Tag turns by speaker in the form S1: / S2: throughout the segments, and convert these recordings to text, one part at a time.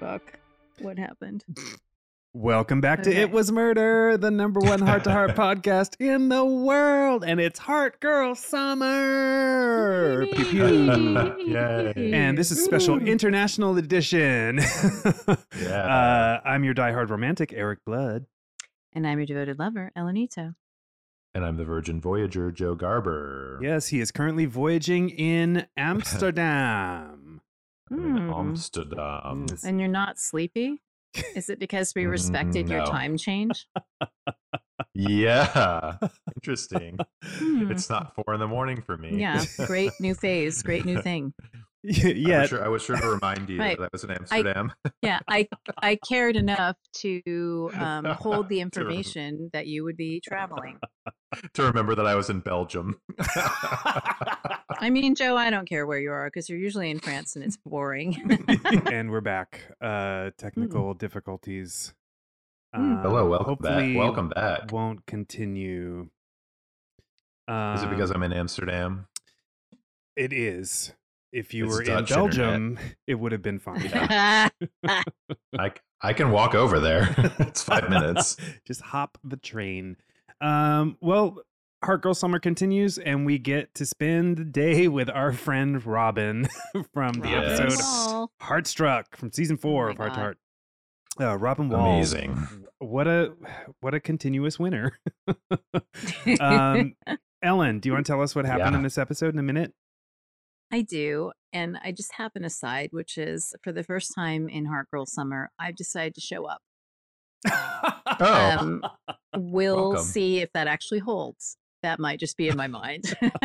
S1: Oh happened.
S2: Welcome back to
S1: Okay.
S2: It Was Murder, the number one heart to heart podcast in the world. And it's Heart Girl Summer. Pew, pew.
S3: Yay.
S2: And this is special
S1: Ooh.
S2: international edition.
S3: Yeah.
S2: uh, I'm your diehard romantic, Eric Blood.
S1: and I'm your devoted lover, Elenito.
S3: and I'm the Virgin Voyager, Joe Garber.
S2: Yes, he is currently voyaging in Amsterdam.
S3: I'm in
S1: Hmm.
S3: Amsterdam.
S2: Yes.
S1: And you're not sleepy? Is it because we respected your
S3: Mm, No.
S1: time change?
S3: Yeah. Interesting.
S1: Hmm.
S3: It's not four in the morning for me.
S1: Yeah, great new phase, great new thing.
S3: I
S2: yeah.
S3: was, sure, I was sure to remind you
S1: Right.
S3: that I was in Amsterdam.
S1: Yeah, I I cared enough to um, hold the
S3: To remember.
S1: information that you would be traveling.
S3: to remember that I was in Belgium.
S1: I mean, Joe, I don't care where you are because you're usually in France and it's boring.
S2: and we're back. Uh, technical difficulties.
S1: Mm.
S3: Hello,
S2: Um,
S3: welcome
S2: hopefully
S3: back. Welcome back.
S2: Won't continue.
S3: Is it because
S2: Um,
S3: I'm in Amsterdam?
S2: It is. If you
S3: It's
S2: were in
S3: Dutch internet.
S2: Belgium, it would have been fine.
S3: I, I can walk over there. it's five minutes.
S2: Just hop the train. Um, well, Heart Girl Summer continues, and we get to spend the day with our friend Robin from
S1: Robin
S2: the
S3: Yes.
S2: episode
S1: Wall.
S2: Heartstruck from season four
S1: Oh my
S2: of Heart to
S1: God.
S2: Heart. Uh, Robin Wall.
S3: Amazing.
S2: What a what a continuous winner. um, Ellen, do you want to tell us what happened
S3: Yeah.
S2: in this episode in a minute?
S1: I do. And I just have an aside, which is for the first time in Heart Girl Summer, I've decided to show up.
S3: Oh.
S1: Um, we'll
S3: Welcome.
S1: see if that actually holds. That might just be in my mind.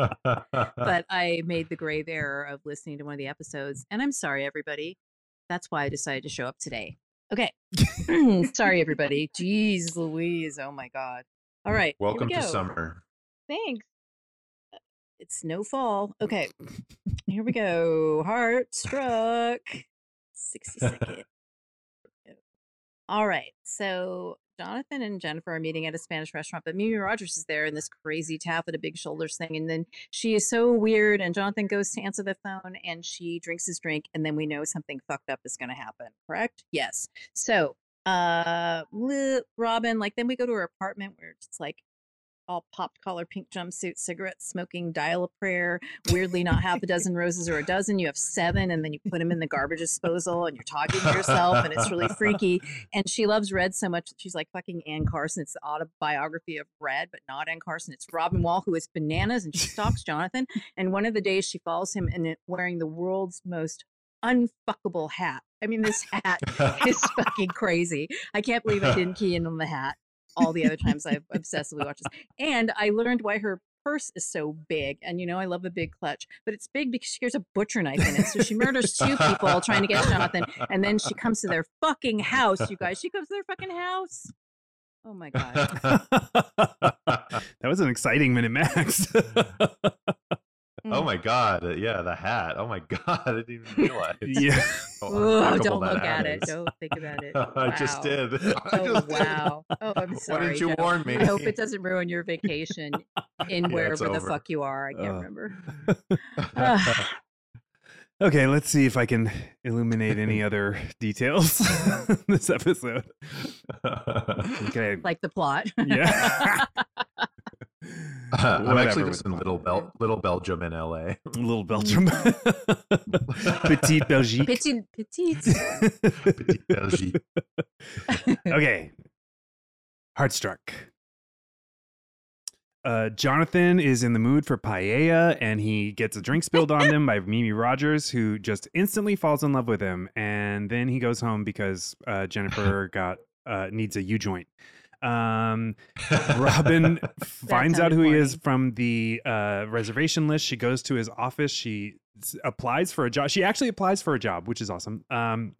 S3: Oh.
S1: but I made the grave error of listening to one of the episodes. And I'm sorry, everybody. That's why I decided to show up today. Okay. sorry, everybody. Jeez Louise. Oh, my God. All right. here we
S3: Welcome to
S1: go.
S3: summer.
S1: Thanks. Uh, It's no fall. Okay. Here we go. Heart struck. 60 second. All right. So Jonathan and Jennifer are meeting at a Spanish restaurant, but Mimi Rogers is there in this crazy tap with a big shoulders thing. And then she is so weird. And Jonathan goes to answer the phone and she drinks his drink. And then we know something fucked up is going to happen, correct? Yes. So, uh, li- Robin, like, then we go to her apartment where it's like, all popped collar, pink jumpsuit, cigarette smoking, dial a prayer, weirdly not half a dozen roses or a dozen. You have seven, and then you put them in the garbage disposal and you're talking to yourself, and it's really freaky. And she loves Red so much that she's like fucking Ann Carson. It's the autobiography of Red, but not Ann Carson. It's Robin Wall, who is bananas, and she stalks Jonathan. And one of the days she follows him and it- wearing the world's most unfuckable hat. I mean, this hat is fucking crazy. I can't believe I didn't key in on the hat all the other times I've obsessively watched this. And I learned why her purse is so big. And you know, I love a big clutch, but it's big because she carries a butcher knife in it. So she murders two people trying to get Jonathan. And then she comes to their fucking house, you guys. She comes to their fucking house. Oh my God.
S2: That was an exciting minute, Max.
S3: oh my god! Yeah, the hat. Oh my god! I didn't even realize.
S2: yeah.
S3: how
S1: Oh,
S3: unpackable
S1: don't
S3: that
S1: look
S3: hat
S1: at it.
S3: is.
S1: Don't think about it.
S3: I just
S1: Wow.
S3: did. I
S1: Oh,
S3: just did.
S1: wow. Oh, I'm sorry.
S3: Why didn't you
S1: Joe.
S3: warn me?
S1: I hope it doesn't ruin your vacation in
S3: Yeah, it's
S1: wherever the
S3: over.
S1: fuck you are. I can't
S2: Ugh.
S1: remember.
S3: Ugh.
S2: Okay, let's see if I can illuminate any other details this episode. Okay.
S1: Like the plot.
S2: Yeah.
S3: Uh, I'm
S2: Whatever
S3: actually
S2: was
S3: just in
S2: fun.
S3: Little Bel- Little Belgium in LA.
S2: Little Belgium. Petite Belgique.
S1: Petite, petite.
S3: Petite Belgique.
S2: okay. Heartstruck. Uh, Jonathan is in the mood for paella and he gets a drink spilled on him by Mimi Rogers, who just instantly falls in love with him. And then he goes home because uh, Jennifer got uh, needs a U joint. Um, Robin finds out
S1: sounded
S2: who he is from the uh, reservation list. She goes to his office. She s- applies for a job. She actually applies for a job, which is awesome. Um,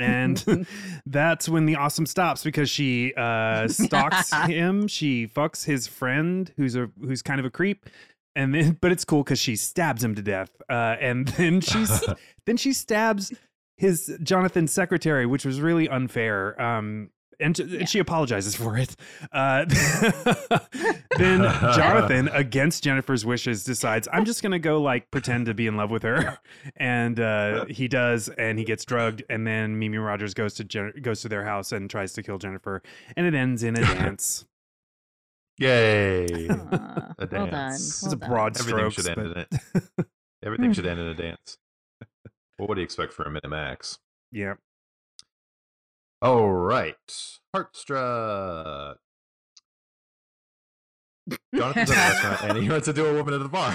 S2: and that's when the awesome stops because she uh, stalks him. She fucks his friend, who's a who's kind of a creep. And then, but it's cool because she stabs him to death. Uh, and then she's then she stabs his Jonathan's secretary, which was really unfair. Um, and,
S1: Yeah.
S2: and she apologizes for it. Uh, then Jonathan, against Jennifer's wishes, decides I'm just gonna go like pretend to be in love with her, and uh, he does, and he gets drugged, and then Mimi Rogers goes to Jen- goes to their house and tries to kill Jennifer, and it ends in a dance.
S3: Yay!
S1: Aw,
S3: A
S1: well done.
S3: dance.
S2: it's
S1: well
S2: a
S1: done.
S2: broad
S3: Everything
S2: strokes.
S3: should end
S2: but-
S3: in it. Everything
S1: Hmm.
S3: should end in a dance. Well, what do you expect for a Minimax?
S2: yeah.
S3: All right, Heartstruck. Jonathan's at a restaurant and he wants to do a woman at the bar.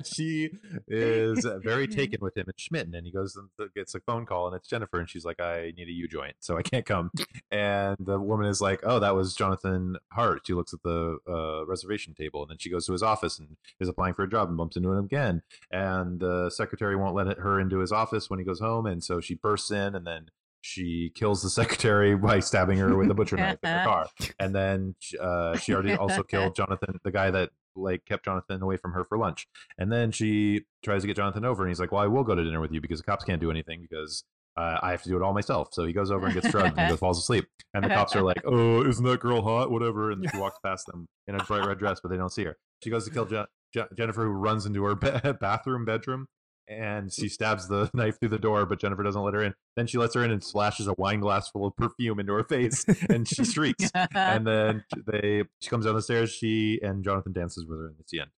S3: she is very taken with him and Schmitten, and he goes and th- gets a phone call, and it's Jennifer, and she's like, "I need a U joint, so I can't come." And the woman is like, "Oh, that was Jonathan Hart." She looks at the uh, reservation table, and then she goes to his office and is applying for a job and bumps into him again. And the secretary won't let it- her into his office when he goes home, and so she bursts in, and then she kills the secretary by stabbing her with a butcher knife in her car and then sh- uh, she already also killed Jonathan, the guy that like kept Jonathan away from her for lunch. And then she tries to get Jonathan over, and he's like, "Well, I will go to dinner with you because the cops can't do anything because uh, I have to do it all myself." So he goes over and gets drugged and he goes, falls asleep. And the cops are like, "Oh, isn't that girl hot? Whatever." And she walks past them in a bright red dress, but they don't see her. She goes to kill Je- Je- Jennifer, who runs into her ba- bathroom bedroom. And she stabs the knife through the door, but Jennifer doesn't let her in. Then she lets her in and slashes a wine glass full of perfume into her face, and she shrieks and then j- they she comes down the stairs. She and Jonathan dances with her, and it's the end.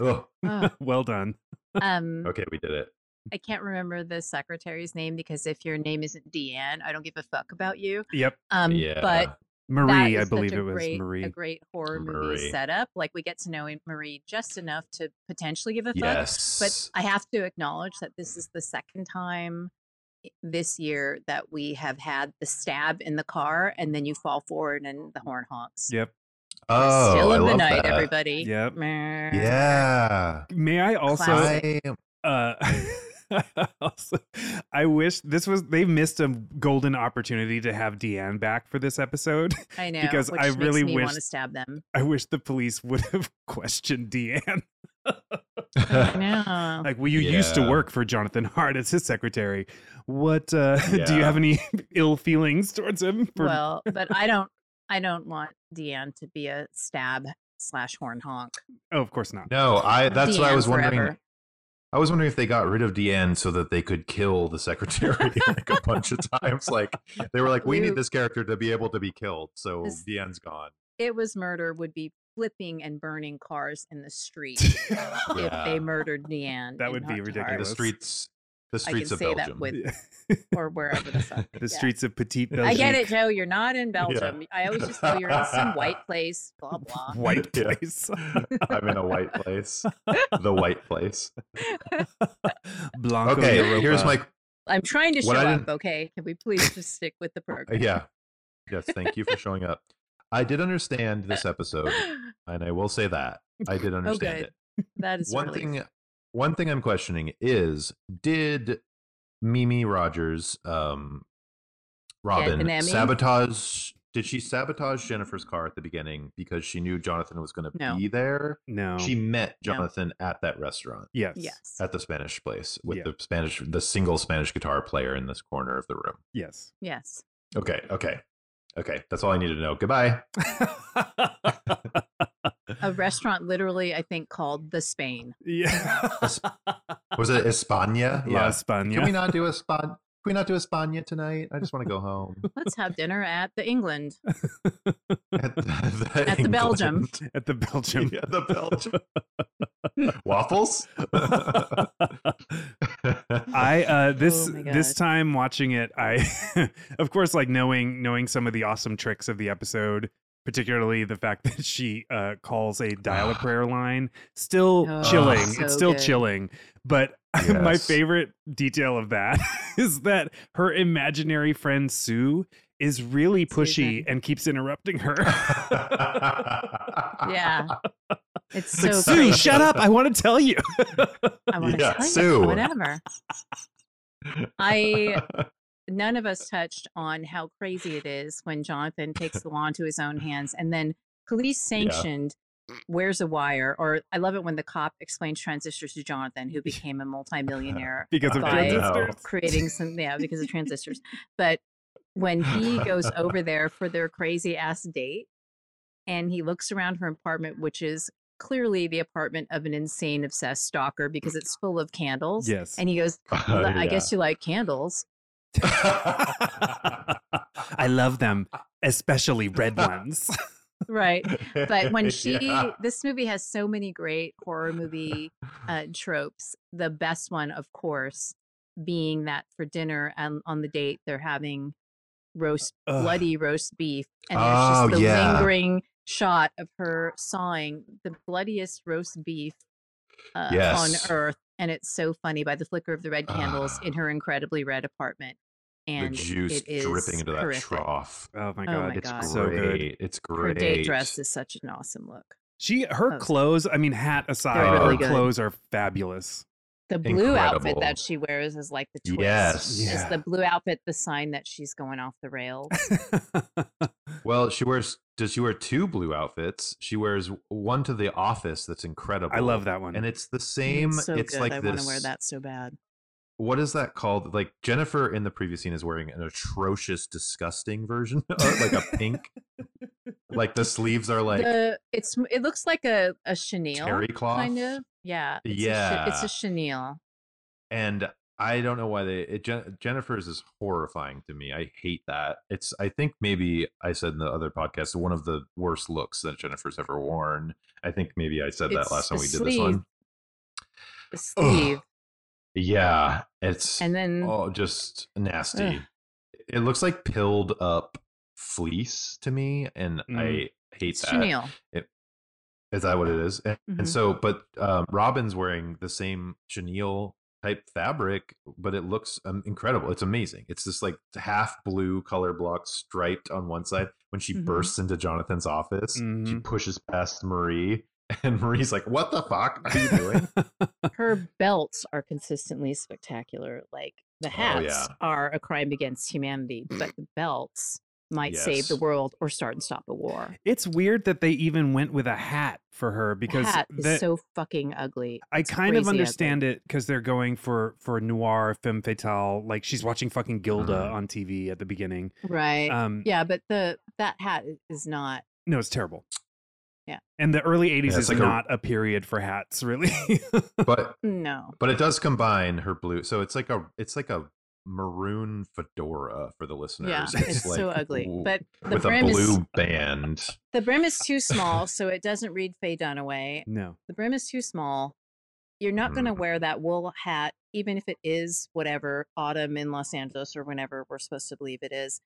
S3: Oh,
S1: Ugh.
S2: well done.
S1: um,
S3: okay, we did it.
S1: I can't remember the secretary's name because if your name isn't Deanne, I don't give a fuck about you.
S2: Yep.
S1: Um,
S3: yeah,
S1: but That
S2: Marie, I
S1: is such
S2: believe
S1: a
S2: it was
S1: great,
S2: Marie.
S1: A great horror
S3: Marie.
S1: movie setup. Like we get to know in- Marie just enough to potentially give a fuck.
S3: yes,
S1: But I have to acknowledge that this is the second time i- this year that we have had the stab in the car and then you fall forward and the horn honks.
S2: Yep.
S3: oh,
S1: Still
S3: I
S1: of the
S3: love
S1: night,
S3: that.
S1: everybody.
S2: Yep.
S1: Meh.
S3: Yeah,
S2: May I also
S1: Classic.
S3: I am-
S2: uh also I wish this was they missed a golden opportunity to have Deanne back for this episode.
S1: I know.
S2: because
S1: which
S2: I
S1: makes
S2: really
S1: me want to
S2: wish-
S1: stab them.
S2: I wish the police would have questioned Deanne.
S1: I know.
S2: Like, well, you used to
S3: Yeah.
S2: work for Jonathan Hart as his secretary. What uh do you
S3: Yeah.
S2: have any ill feelings towards him? for-
S1: well, but I don't I don't want Deanne to be a stab slash horn honk.
S2: oh, of course not.
S3: no, I. That's what I
S1: Deanne
S3: was wondering.
S1: forever.
S3: I was wondering if they got rid of Deanne so that they could kill the secretary like a bunch of times. Like they were like, we
S1: You-
S3: need this character to be able to be killed, so
S1: This-
S3: Deanne's gone.
S1: it was murder would be flipping and burning cars in the street if
S3: Yeah.
S1: they murdered Deanne.
S2: That
S1: in
S2: would be
S1: Hot
S2: ridiculous.
S3: The
S1: Tars,
S2: Carlos.
S3: streets,
S1: I
S3: the
S1: can
S3: streets of
S1: say
S3: Belgium.
S1: that with
S2: Yeah.
S1: or wherever the fuck.
S2: the
S1: yeah.
S2: streets of Petite Belgique.
S1: I get it, Joe. You're not in Belgium. I always just know you're in some white place. Blah blah.
S2: White
S3: Yeah.
S2: place.
S3: I'm in a white place. The white place.
S2: Blanco.
S3: Okay,
S2: Europa.
S3: here's my
S1: I'm trying to show
S3: What I
S1: up.
S3: didn't-
S1: Okay, can we please just stick with the
S3: Uh,
S1: program?
S3: yeah. Yes, thank you for showing up. I did understand this episode, and I will say that I did understand
S1: Oh, good.
S3: it.
S1: that is
S3: one
S1: really
S3: thing, one thing I'm questioning is: Did Mimi Rogers, um, Robin,
S1: an Emmy?
S3: sabotage? Did she sabotage Jennifer's car at the beginning because she knew Jonathan was going to
S1: No.
S3: be there?
S2: no.
S3: She met
S1: No.
S3: Jonathan at that restaurant.
S2: yes.
S1: yes.
S3: At the Spanish place with
S2: Yeah.
S3: the Spanish, the single Spanish guitar player in this corner of the room.
S2: Yes.
S1: Yes.
S3: Okay, okay, okay. That's all I needed to know. Goodbye.
S1: A restaurant literally, I think, called the Spain.
S2: yeah.
S3: Was it España?
S2: La
S3: Yes.
S2: España.
S3: Can we not do Espan? Can we not do España tonight? I just want to go home.
S1: Let's have dinner at the England.
S3: At the,
S1: At the Belgium.
S3: England.
S2: At the Belgium.
S3: Yeah, the Belgium. Waffles.
S2: I uh this
S1: my
S2: this
S1: God.
S2: time watching it I of course like knowing knowing some of the awesome tricks of the episode particularly the fact that she uh calls a dial a prayer line still
S1: Oh,
S2: chilling
S1: so
S2: it's still
S1: good.
S2: chilling but my
S3: Yes.
S2: favorite detail of that is that her imaginary friend Sue is really pushy
S1: Susan.
S2: and keeps interrupting her
S1: Yeah. It's
S2: It's like,
S1: so
S2: Sue
S1: crazy.
S2: shut up I want to tell you
S1: I want to
S3: Yeah,
S1: tell
S3: Sue.
S1: you whatever. I none of us touched on how crazy it is when Jonathan takes the law into his own hands and then police sanctioned wears a wire or I love it when the cop explains transistors to Jonathan who became a multimillionaire
S2: because of
S1: By-
S2: transistors
S1: creating some yeah because of transistors but when he goes over there for their crazy ass date and he looks around her apartment, which is clearly the apartment of an insane obsessed stalker because it's full of candles.
S2: Yes.
S1: And he goes,
S3: Oh,
S1: "Well, I guess you like candles.
S2: I love them, especially red ones.
S1: Right. But when she, this movie has so many great horror movie uh, tropes. The best one, of course, being that for dinner and on the date they're having roast
S2: Ugh.
S1: bloody roast beef, and
S3: Oh,
S1: there's just the
S3: yeah.
S1: lingering shot of her sawing the bloodiest roast beef uh,
S3: Yes. Ah.
S1: on earth, and it's so funny by the flicker of the red candles in her incredibly red apartment,
S3: the
S1: and
S3: juice
S1: it is
S3: dripping into that
S1: horrific.
S3: trough.
S2: Oh my
S1: Oh
S2: god,
S1: my
S2: it's
S1: God.
S2: so good.
S3: great. It's great.
S1: Her day dress is such an awesome look.
S2: She her
S1: Oh.
S2: clothes, I mean hat aside,
S3: really
S2: her
S1: good.
S2: clothes are fabulous.
S1: The blue outfit
S3: Incredible.
S1: that she wears is like the twist.
S3: Yes.
S1: Is
S2: Yeah.
S1: the blue outfit the sign that she's going off the rails?
S3: Well, she wears. Does she wear two blue outfits? She wears one to the office. That's incredible.
S2: I love that one.
S3: And it's the same.
S1: It's so
S3: it's
S1: good.
S3: like
S1: I
S3: this.
S1: want to wear that so bad.
S3: What is that called? Like Jennifer in the previous scene is wearing an atrocious, disgusting version, of, like a pink. like the sleeves are like
S1: the, it's m- it looks like a a chenille
S3: terry cloth.
S1: kind of. Yeah. It's A, che- it's
S3: Yeah.
S1: a chenille.
S3: and I don't know why they it, Jen, Jennifer's is horrifying to me. I hate that. It's I think maybe I said in the other podcast one of the worst looks that Jennifer's ever worn. I think maybe I said
S1: It's
S3: that last
S1: the
S3: time we did this
S1: sleeve.
S3: one.
S1: The sleeve,
S3: Yeah, it's
S1: and then
S3: oh just nasty. It looks like pilled up fleece to me, and
S2: Mm.
S3: I hate
S1: it's
S3: that.
S1: chenille.
S3: Is that what it is? And,
S1: Mhm.
S3: and so, but um, Robin's wearing the same chenille type fabric, but it looks um, incredible. It's amazing. It's this like half blue color block striped on one side. When she
S1: Mhm.
S3: bursts into Jonathan's office, she
S2: Mhm.
S3: pushes past Marie, and Marie's like, "What the fuck are you doing?"
S1: Her belts are consistently spectacular. Like the hats
S3: Oh, yeah.
S1: are a crime against humanity, but the belts might save the
S3: Yes.
S1: world or start and stop a war.
S2: it's weird that they even went with a hat for her because
S1: the hat is
S2: that-
S1: so fucking ugly.
S2: I
S1: It's
S2: kind of
S1: crazy ugly.
S2: understand it because they're going for for noir femme fatale. Like she's watching fucking Gilda
S3: Mhm.
S2: on TV at the beginning.
S1: Right.
S2: Um,
S1: yeah, but the that hat i- is not
S2: no, it's terrible.
S1: Yeah.
S2: and the early '80s
S3: it's
S2: is
S3: like a-
S2: not a, period for hats, really.
S3: but
S1: no.
S3: but it does combine her blue, so it's like a it's like a maroon fedora for the listeners.
S1: Yeah, it's,
S3: like
S1: so ugly.
S3: w-
S1: But the
S3: with a
S1: brim is
S3: blue band.
S1: the brim is too small, so it doesn't read Faye Dunaway.
S2: no,
S1: The brim is too small. You're not going to
S3: Mm.
S1: wear that wool hat, even if it is whatever autumn in Los Angeles or whenever we're supposed to believe it is.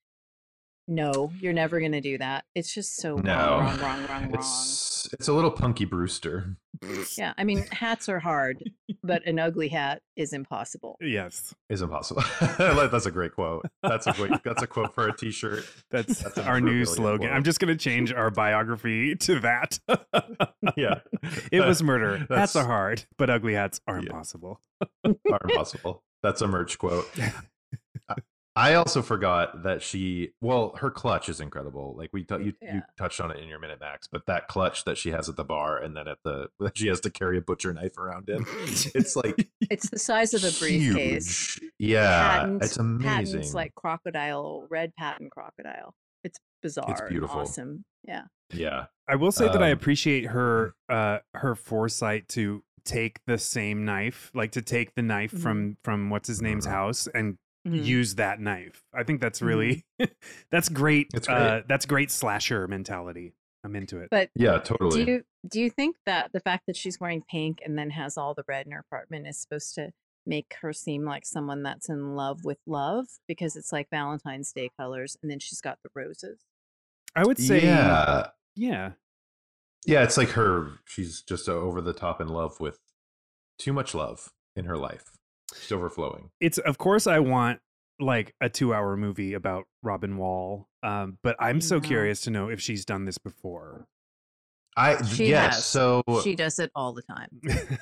S1: No, you're never going to do that. It's just so
S3: No.
S1: wrong, wrong, wrong, wrong, wrong.
S3: It's it's a little punky Brewster.
S1: Yeah, I mean, hats are hard, but an ugly hat is impossible.
S2: yes,
S3: Is impossible. I like- that's a great quote. That's a great, that's a quote for a t-shirt.
S2: that's,
S3: That's a
S2: our new
S3: brilliant
S2: slogan. I'm
S3: quote.
S2: just gonna change our biography to that.
S3: Yeah.
S2: it was murder. That's,
S3: That's-
S2: a hard, but ugly hats are
S3: Yeah.
S2: impossible.
S3: Are impossible. That's a merch quote. I- I also forgot that she well, her clutch is incredible. Like we t- you,
S1: Yeah.
S3: you touched on it in your minute max, but that clutch that she has at the bar and then at the that she has to carry a butcher knife around in. It's like
S1: It's the size of a briefcase.
S3: huge. Yeah.
S1: Patent-
S3: it's amazing.
S1: patents like crocodile, red patent crocodile. It's bizarre. and
S3: beautiful.
S1: awesome. Yeah.
S3: yeah.
S2: I will say that I
S3: Um,
S2: appreciate her uh her foresight to take the same knife, like to take the knife
S1: Mhm.
S2: from from what's his name's
S3: Mhm.
S2: house and
S1: Mhm.
S2: use that knife. I think that's
S1: Mhm.
S2: really that's great.
S3: It's great.
S2: Uh, that's great slasher mentality. I'm into it.
S1: But
S3: Yeah, totally.
S1: do you do you think that the fact that she's wearing pink and then has all the red in her apartment is supposed to make her seem like someone that's in love with love because it's like Valentine's Day colors and then she's got the roses.
S2: I would say yeah.
S3: yeah.
S2: yeah.
S3: Yeah, it's like her. She's just over the top in love with too much love in her life. She's overflowing.
S2: It's of course I want like a 2-hour movie about Robin Wall. Um but I'm so
S1: No.
S2: curious to know if she's done this before.
S3: I
S1: She
S3: yes.
S1: has.
S3: So
S1: she does it all the time.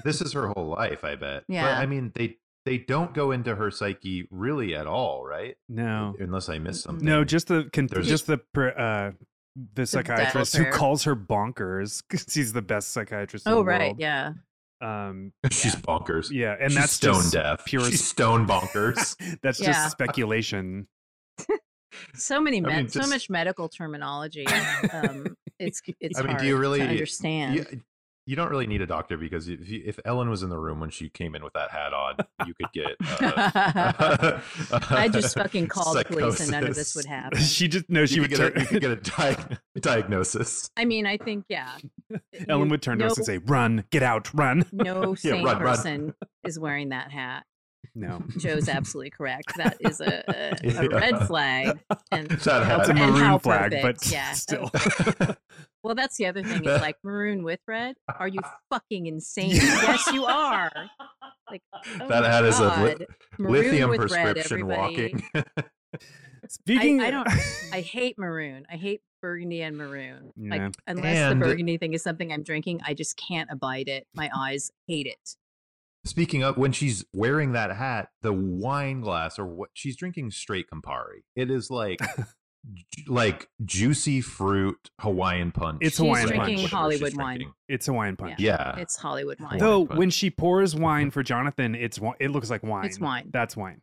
S3: this is her whole life. I bet. But
S1: Yeah.
S3: I mean, they they don't go into her psyche really at all, right?
S2: no.
S3: Unless I missed
S1: Mm-mm.
S3: something.
S2: No, just the con-
S3: There's-
S2: just the per- uh the psychiatrist who
S1: dialer.
S2: calls her bonkers because she's the best psychiatrist. in
S1: Oh
S2: the
S1: right,
S2: world.
S1: yeah.
S2: Um,
S3: she's bonkers.
S2: yeah, and
S3: She's
S2: that's
S3: stone
S2: just
S3: deaf.
S2: pure-
S3: She's stone bonkers.
S2: that's
S1: Yeah.
S2: just speculation.
S1: so many
S3: I
S1: med-
S3: mean,
S1: so
S3: just-
S1: much medical terminology. Um, it's it's
S3: I mean,
S1: hard
S3: do you really-
S1: to
S3: you-
S1: understand.
S3: You, you don't really need a doctor because if, you, if Ellen was in the room when she came in with that hat on, you could get. Uh,
S1: I
S3: I
S1: just fucking called police, and none of this would happen.
S2: she just no. She
S3: you,
S2: would
S3: could get a, you
S2: turn.
S3: could get a diag- diagnosis.
S1: I mean, I think yeah. it-
S2: Ellen
S1: you-
S2: would turn to
S1: no,
S2: us and say, "Run, get out, run."
S1: "No
S3: Yeah,
S1: sane
S3: run, run.
S1: person is wearing that hat."
S2: No,
S1: Joe's absolutely correct. That is a, a, a
S3: Yeah.
S1: red flag. And
S3: That
S1: how-
S2: it's a
S1: and how
S2: maroon flag, but
S1: perfect, yeah.
S2: still.
S3: hat.
S1: Well, that's the other thing. Is like maroon with red. Are you fucking insane? yes, you are. Like oh
S3: that
S1: my
S3: hat is
S1: God.
S3: a li-
S1: Maroon
S3: lithium
S1: with red,
S3: prescription
S1: everybody.
S3: walking.
S2: Speaking,
S1: I don't- I hate maroon. I hate burgundy and maroon.
S2: Yeah.
S1: Like unless
S3: And-
S1: the burgundy thing is something I'm drinking, I just can't abide it. My eyes hate it.
S3: Speaking of when she's wearing that hat, the wine glass or what she's drinking straight Campari. It is like ju- like juicy fruit Hawaiian punch.
S2: It's
S1: She's
S2: Hawaiian
S1: drinking
S2: punch.
S3: whatever she's
S1: Hollywood wine.
S3: drinking.
S2: it's Hawaiian punch.
S3: Yeah.
S1: It's Hollywood wine.
S3: Wine
S2: Though
S3: punch.
S2: when she pours wine for Jonathan, it's wi- it looks like wine.
S1: It's wine.
S2: That's wine.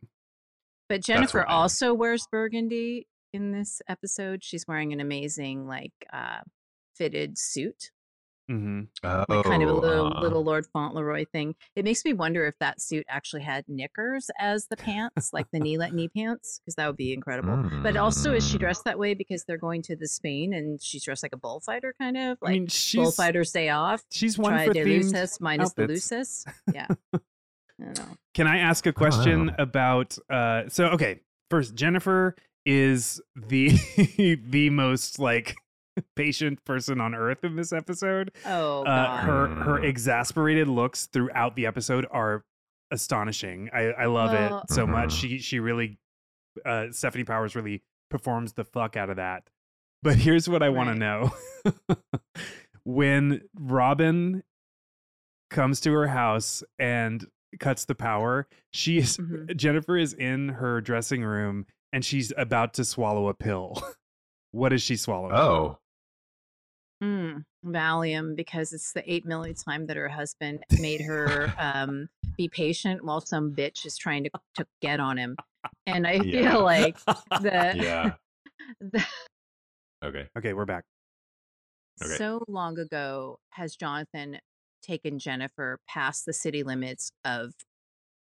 S1: But Jennifer
S3: wine.
S1: also wears burgundy in this episode. She's wearing an amazing like uh fitted suit.
S2: Mm-hmm.
S1: Like kind of a
S3: Oh,
S1: little
S3: uh,
S1: little Lord Fauntleroy thing. It makes me wonder if that suit actually had knickers as the pants, like the knee let knee pants, because that would be incredible. But also, is she
S3: mm.
S1: dressed that way because they're going to the Spain and she's dressed like a bullfighter, kind of
S2: I
S1: like
S2: mean, she's
S1: bullfighters day off?
S2: she's one
S1: Try
S2: for
S1: de
S2: themed.
S1: luces minus the
S2: outfits.
S1: luces. Yeah. I don't know.
S2: Can I ask a question
S3: wow.
S2: about? Uh, so okay, first Jennifer is the the most like patient person on earth in this episode.
S1: Oh,
S2: uh,
S1: God.
S2: her her exasperated looks throughout the episode are astonishing. I, I love
S1: Well-
S2: it so much.
S3: Mhm.
S2: She she really uh, Stephanie Powers really performs the fuck out of that. But here's what I want
S1: Right.
S2: to know: when Robin comes to her house and cuts the power, she is
S1: Mhm.
S2: Jennifer is in her dressing room and she's about to swallow a pill. what is she swallowing?
S3: Oh.
S1: Mm, Valium, because it's the eight milli time that her husband made her um, be patient while some bitch is trying to, to get on him. And I
S3: Yeah.
S1: feel like the,
S3: Yeah.
S1: the
S3: Okay.
S2: okay, we're back.
S3: Okay.
S1: so long ago has Jonathan taken Jennifer past the city limits of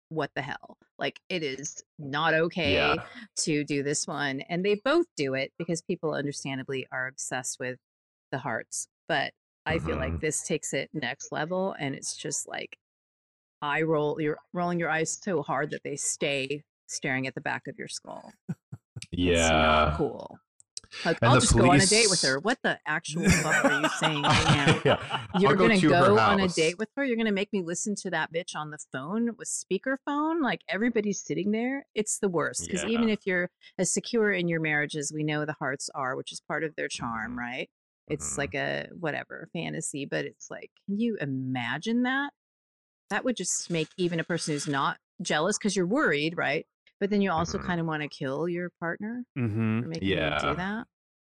S1: what the hell? Like it is not okay
S3: Yeah.
S1: to do this one. And they both do it because people understandably are obsessed with the hearts. But I feel like
S3: Mhm.
S1: this takes it next level and it's just like eye roll you're rolling your eyes so hard that they stay staring at the back of your skull. It's not
S3: Yeah.
S1: cool. Like,
S3: And
S1: I'll
S3: the
S1: just go on a date with
S3: police-
S1: her. What the actual fuck are you saying right now?
S3: yeah. I'll
S1: You're gonna
S3: to her
S1: go on a
S3: house.
S1: date with her. You're gonna make me listen to that bitch on the phone with speakerphone. Like everybody's sitting there. It's the worst because even
S3: Yeah.
S1: if you're as secure in your marriage as we know the hearts are, which is part of their charm,
S3: Mhm.
S1: right? It's
S3: Mhm.
S1: like a whatever fantasy, but it's like, can you imagine that? That would just make even a person who's not jealous because you're worried, right? But then you also
S3: Mhm.
S1: kind of want to kill your partner
S2: Mm-hmm.
S1: for making yeah.
S3: Yeah.
S1: do that.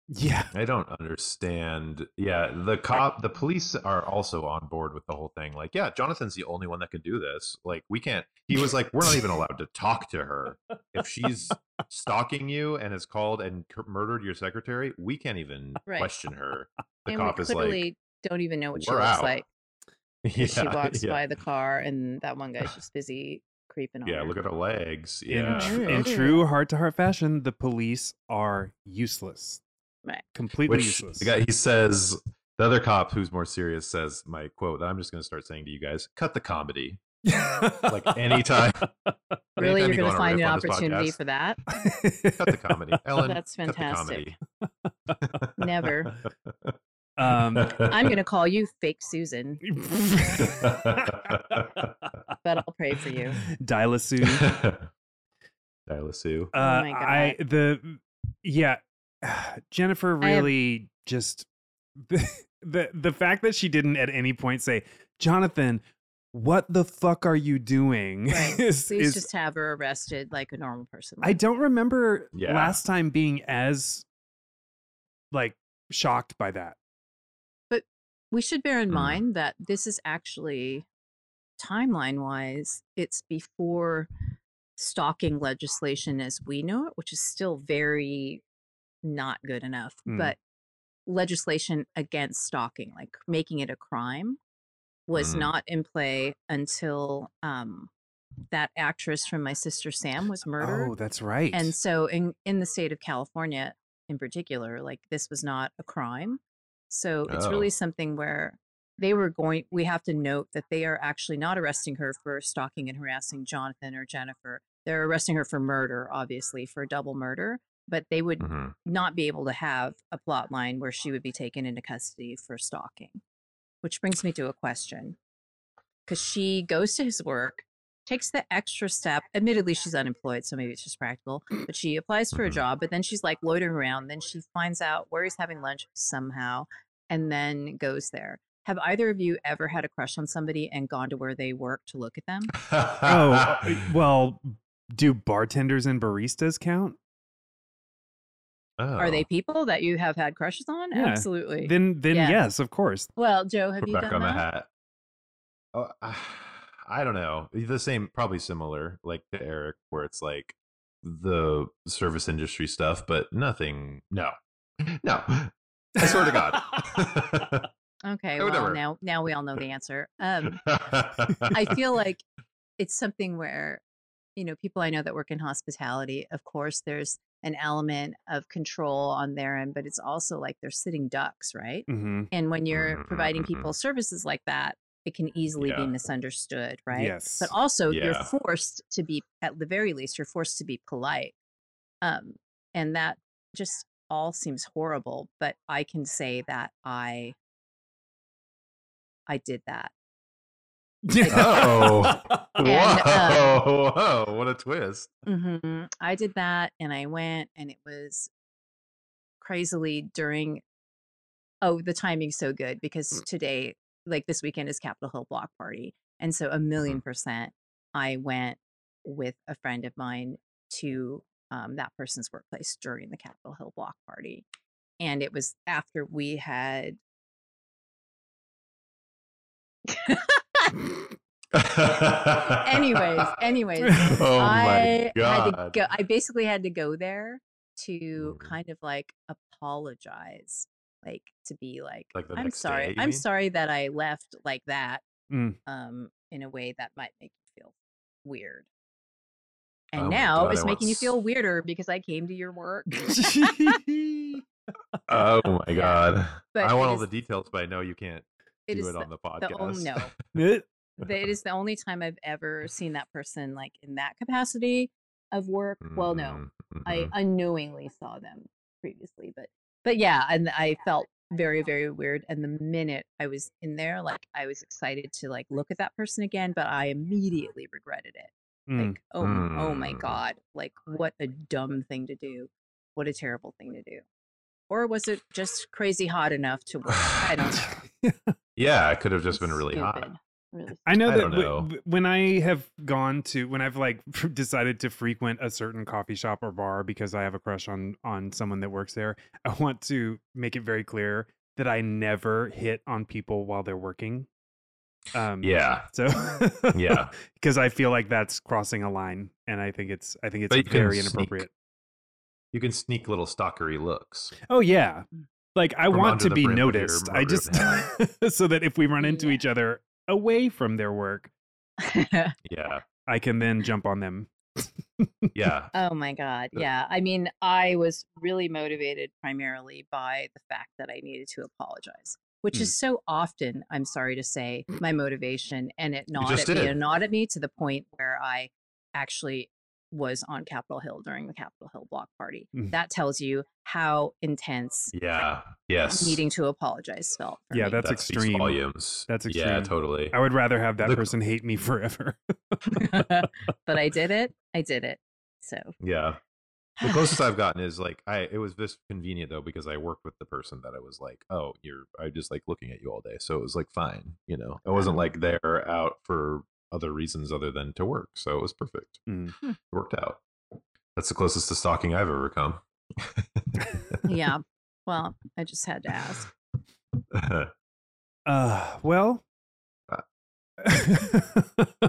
S2: Yeah.
S3: I don't understand. Yeah, the cop, the police are also on board with the whole thing. Like, yeah, Jonathan's the only one that can do this. Like, we can't. He was like, we're not even allowed to talk to her if she's stalking you and has called and cur- murdered your secretary. We can't even
S1: Right.
S3: question her. The
S1: and
S3: cop
S1: we
S3: is like,
S1: clearly don't even know what she
S3: "We're
S1: looks
S3: out."
S1: like.
S3: yeah,
S1: she walks
S3: yeah,
S1: by the car and that one guy's just busy creeping on
S3: Yeah,
S1: her.
S3: look at her legs.
S2: In,
S3: Yeah,
S2: tr- in
S1: Ugh.
S2: true heart to heart fashion, the police are useless.
S1: Right.
S2: Completely
S3: which
S2: useless.
S3: the guy he says. The other cop, who's more serious, says my quote that I'm just going to start saying to you guys: cut the comedy. like, anytime-
S1: really
S3: Anytime
S1: you're going
S3: you go
S1: to
S3: on a
S1: find an
S3: riff on this
S1: opportunity
S3: podcast,
S1: for that
S3: cut the comedy. Ellen,
S1: That's
S3: cut the
S1: fantastic.
S3: comedy.
S1: Never.
S2: um,
S1: i'm going to call you fake susan but i'll pray for you
S2: Dilasu.
S3: Dyla Sue.
S2: Uh,
S1: Oh my
S2: I the yeah, Jennifer
S1: I have-
S2: really just the, the the fact that she didn't at any point say, Jonathan, what the fuck are you doing?
S1: Right.
S2: is,
S1: please
S2: is-
S1: just have her arrested like a normal person
S2: I
S1: would.
S2: don't remember
S3: Yeah.
S2: last time being as like shocked by that.
S1: we should bear in
S3: Mm.
S1: mind that this is actually timeline wise it's before stalking legislation as we know it which is still very not good enough,
S2: Mm.
S1: but legislation against stalking, like making it a crime, was
S3: Mm.
S1: not in play until um, that actress from My Sister Sam was murdered.
S2: Oh, that's right.
S1: And so in in the state of California in particular, like this was not a crime. So it's
S3: Oh.
S1: really something where they were going we have to note that they are actually not arresting her for stalking and harassing Jonathan or Jennifer. They're arresting her for murder, obviously, for double murder, but they would
S3: hmm
S1: not be able to have a plot line where she would be taken into custody for stalking. Which brings me to a question. Because she goes to his work, takes the extra step. Admittedly, she's unemployed, so maybe it's just practical, but she applies for a
S3: Mhm.
S1: job, but then she's like loitering around. Then she finds out where he's having lunch somehow and then goes there. Have either of you ever had a crush on somebody and gone to where they work to look at them?
S2: oh, uh, well, do bartenders and baristas count?
S3: Oh.
S1: Are they people that you have had crushes on?
S2: Yeah.
S1: Absolutely.
S2: Then, then
S1: Yeah.
S2: yes, of course.
S1: well, Joe, have
S3: Put
S1: you
S3: back
S1: done
S3: on the
S1: that?
S3: hat. Oh, uh, I don't know. The same, probably similar, like to Eric, where it's like the service industry stuff, but nothing. No, no. I swear to God.
S1: Okay,
S3: I would
S1: well
S3: never.
S1: now now we all know the answer. Um, I feel like it's something where you know people I know that work in hospitality. Of course, there's an element of control on their end, but it's also like they're sitting ducks, right?
S2: hmm
S1: And when you're
S3: Mm, mm,
S1: providing
S3: mm,
S1: people services like that, it can easily
S3: Yeah.
S1: be misunderstood, right?
S2: Yes.
S1: But also, you're
S3: Yeah.
S1: forced to be, at the very least, you're forced to be polite. Um, and that just all seems horrible. But I can say that I, I did that.
S3: Oh. Whoa!
S1: um,
S3: whoa, what a twist.
S1: hmm I did that and I went and it was crazily during oh the timing's so good because today like this weekend is Capitol Hill block party and so a 1000000 percent I went with a friend of mine to um, that person's workplace during the Capitol Hill block party and it was after we had anyways anyways
S3: oh
S1: I
S3: my
S1: had to
S3: god.
S1: go. I basically had to go there to
S3: Mhm.
S1: kind of like apologize, like to be like,
S3: Like the
S1: "I'm
S3: next
S1: sorry.
S3: day, you
S1: I'm
S3: mean?
S1: sorry that I left like that."
S2: Mm.
S1: Um, in a way that might make you feel weird. And
S3: Oh my
S1: now
S3: God,
S1: it's
S3: I
S1: making you
S3: once-
S1: feel weirder because I came to your work.
S3: Oh my
S1: Yeah.
S3: god.
S1: But
S3: I
S1: it
S3: want all
S1: is-
S3: the details, but I know you can't
S1: It
S3: do
S1: is
S3: it on
S1: the,
S3: the, podcast.
S1: the only no. the- it is the only time I've ever seen that person like in that capacity of work. Well, no, I
S3: Mhm.
S1: unknowingly saw them previously, but but yeah, and I felt very very weird. And the minute I was in there, like I was excited to like look at that person again, but I immediately regretted it.
S2: Mm.
S1: Like oh m- oh my
S3: Mm.
S1: god, like what a dumb thing to do, what a terrible thing to do. Or was it just crazy hot enough to work? I don't. know.
S3: Yeah, it could have just been
S1: It's
S3: really hot.
S1: stupid. Really
S2: I know
S3: I
S2: that
S3: don't
S2: w-
S3: know.
S2: w- when I have gone to when I've like decided to frequent a certain coffee shop or bar because I have a crush on on someone that works there, I want to make it very clear that I never hit on people while they're working. Um
S3: Yeah.
S2: So
S3: Yeah.
S2: Because I feel like that's crossing a line and I think it's I think
S3: But you
S2: it's
S3: can
S2: very
S3: sneak.
S2: inappropriate.
S3: You can sneak little stalkery looks.
S2: Oh yeah. Like I
S3: From
S2: want
S3: under
S2: to
S3: the
S2: be
S3: brim of your
S2: noticed. I
S3: maroon
S2: just so that if we run into
S1: Yeah.
S2: each other away from their work,
S1: stupid.
S3: Yeah.
S2: I can then jump on them.
S3: Yeah.
S1: Oh my God.
S3: Uh,
S1: Yeah. I mean, I was really motivated primarily by the fact that I needed to apologize,
S3: Hmm.
S1: which is so often, I'm sorry to say, my motivation. And it gnawed at
S3: Mm. just
S1: me
S3: did.
S1: and gnawed at me to the point where I actually was on Capitol Hill during the Capitol Hill block party.
S2: Mm.
S1: That tells you how intense
S3: Yeah. Yes.
S1: needing to apologize felt. for
S2: Yeah,
S1: me.
S2: that's
S3: that speaks
S2: extreme.
S3: Volumes.
S2: That's
S3: Yeah,
S2: extreme.
S3: totally.
S2: I would rather have that
S3: The-
S2: person hate me forever.
S1: but I did it. I did it. So.
S3: Yeah. The closest I've gotten is like I. It was this convenient though because I worked with the person that I was like, oh, you're. I just like looking at you all day, so it was like fine. You know, I
S1: Oh.
S3: wasn't like there out for other reasons other than to work, so it was perfect.
S2: Mm.
S1: Hmm.
S3: It worked out. That's the closest to stalking I've ever come.
S1: yeah. Well, I just had to ask.
S2: Uh, well.
S3: Uh,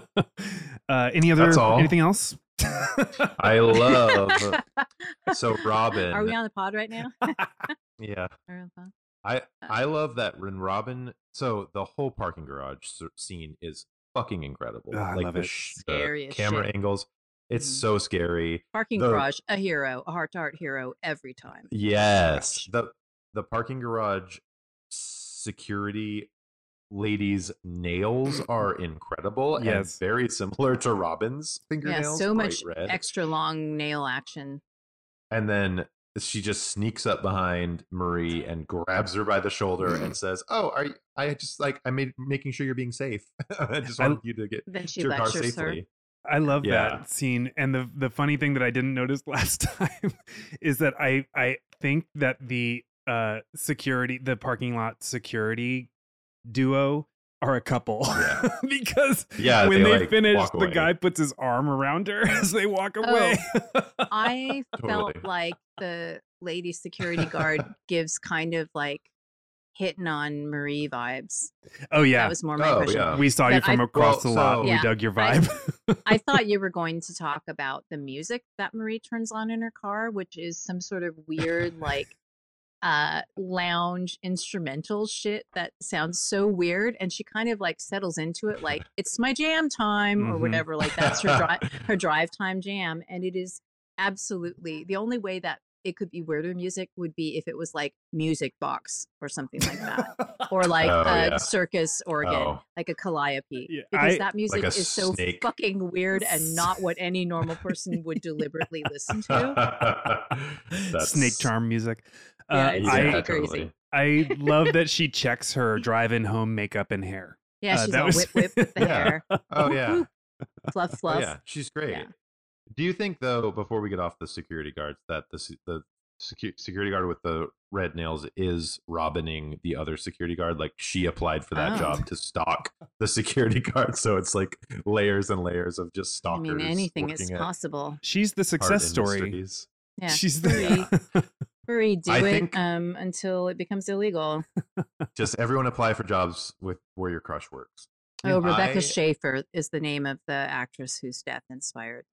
S2: uh, any other?
S3: That's all.
S2: Uh, Anything else?
S3: I love. So Robin.
S1: Are we on the pod right now?
S3: yeah.
S1: Are we on the pod?
S3: I I love that when Robin. So the whole parking garage s- scene is fucking incredible.
S2: Ah, I
S3: like
S2: love
S3: the,
S2: it.
S3: sh-
S1: Scary
S3: the
S1: as
S3: camera
S1: shit.
S3: angles. It's
S1: Mhm.
S3: so scary.
S1: Parking
S3: The-
S1: garage, a hero, a heart to heart hero every time.
S3: Yes. The the parking garage security ladies' nails are incredible and
S2: Yes.
S3: very similar to Robin's fingernails.
S1: so
S3: bright
S1: much
S3: red.
S1: Extra long nail action.
S3: and then she just sneaks up behind Marie and grabs her by the shoulder
S2: Mm-hmm.
S3: and says, "Oh, are you, I just like I made making sure you're being safe. I just
S2: I-
S3: wanted you to get
S1: Then
S3: to
S1: she
S3: your car
S1: lectures her.
S3: safely."
S2: I love
S3: Yeah.
S2: that scene. And the the funny thing that I didn't notice last time is that I I think that the uh security the parking lot security duo are a couple because
S3: Yeah,
S2: when they,
S3: Uh, like,
S2: finish
S3: walk
S2: the
S3: away.
S2: guy puts his arm around her as they walk away.
S1: I felt
S3: Totally.
S1: like the lady security guard gives kind of like hitting on Marie vibes.
S2: oh
S1: That
S2: yeah.
S1: was more my
S3: Oh,
S1: impression.
S3: yeah.
S2: we saw you
S1: that I-
S2: from across
S3: Well,
S2: the lot.
S3: so-
S2: We
S1: Yeah.
S2: dug your
S1: I-
S2: vibe.
S1: I thought you were going to talk about the music that Marie turns on in her car, which is some sort of weird, like, uh, lounge instrumental shit that sounds so weird. And she kind of like settles into it, like, it's my jam time or
S2: Mhm.
S1: whatever. Like, that's her, dri- her drive time jam. And it is absolutely the only way that it could be weirder music would be if it was like music box or something like that, or like
S3: Oh,
S1: a
S3: yeah.
S1: circus organ,
S3: Oh.
S1: like a calliope
S2: Yeah,
S1: because
S2: I-
S1: that music
S3: a
S1: is so
S3: snake.
S1: fucking weird and not what any normal person would deliberately listen to.
S3: That's-
S2: Snake charm music.
S1: Yeah,
S2: Uh,
S1: it's
S2: I,
S1: pretty crazy.
S2: I love that she checks her drive-in home makeup and hair.
S1: Yeah,
S2: Uh,
S1: she's
S2: that
S1: all
S2: was-
S1: whip whip with the
S3: Yeah.
S1: hair,
S3: Oh
S1: Whoop,
S3: yeah.
S1: whoop. fluff
S3: Oh,
S1: fluff.
S3: yeah, she's great.
S1: Yeah.
S3: Do you think though, before we get off the security guards, that the se- the secu- security guard with the red nails is robbing the other security guard? Like she applied for that
S1: Oh.
S3: job to stalk the security guard, so it's like layers and layers of just
S1: I
S3: stalkers.
S1: mean, anything is
S3: working at
S1: possible.
S2: She's the
S3: art
S2: success story.
S3: industries.
S1: Yeah,
S2: She's
S1: Marie,
S2: the
S1: Marie, do
S3: I
S1: it
S3: think-
S1: um, until it becomes illegal.
S3: Just everyone apply for jobs with where your crush works.
S1: Oh, Rebecca
S3: I-
S1: Schaefer is the name of the actress whose death inspired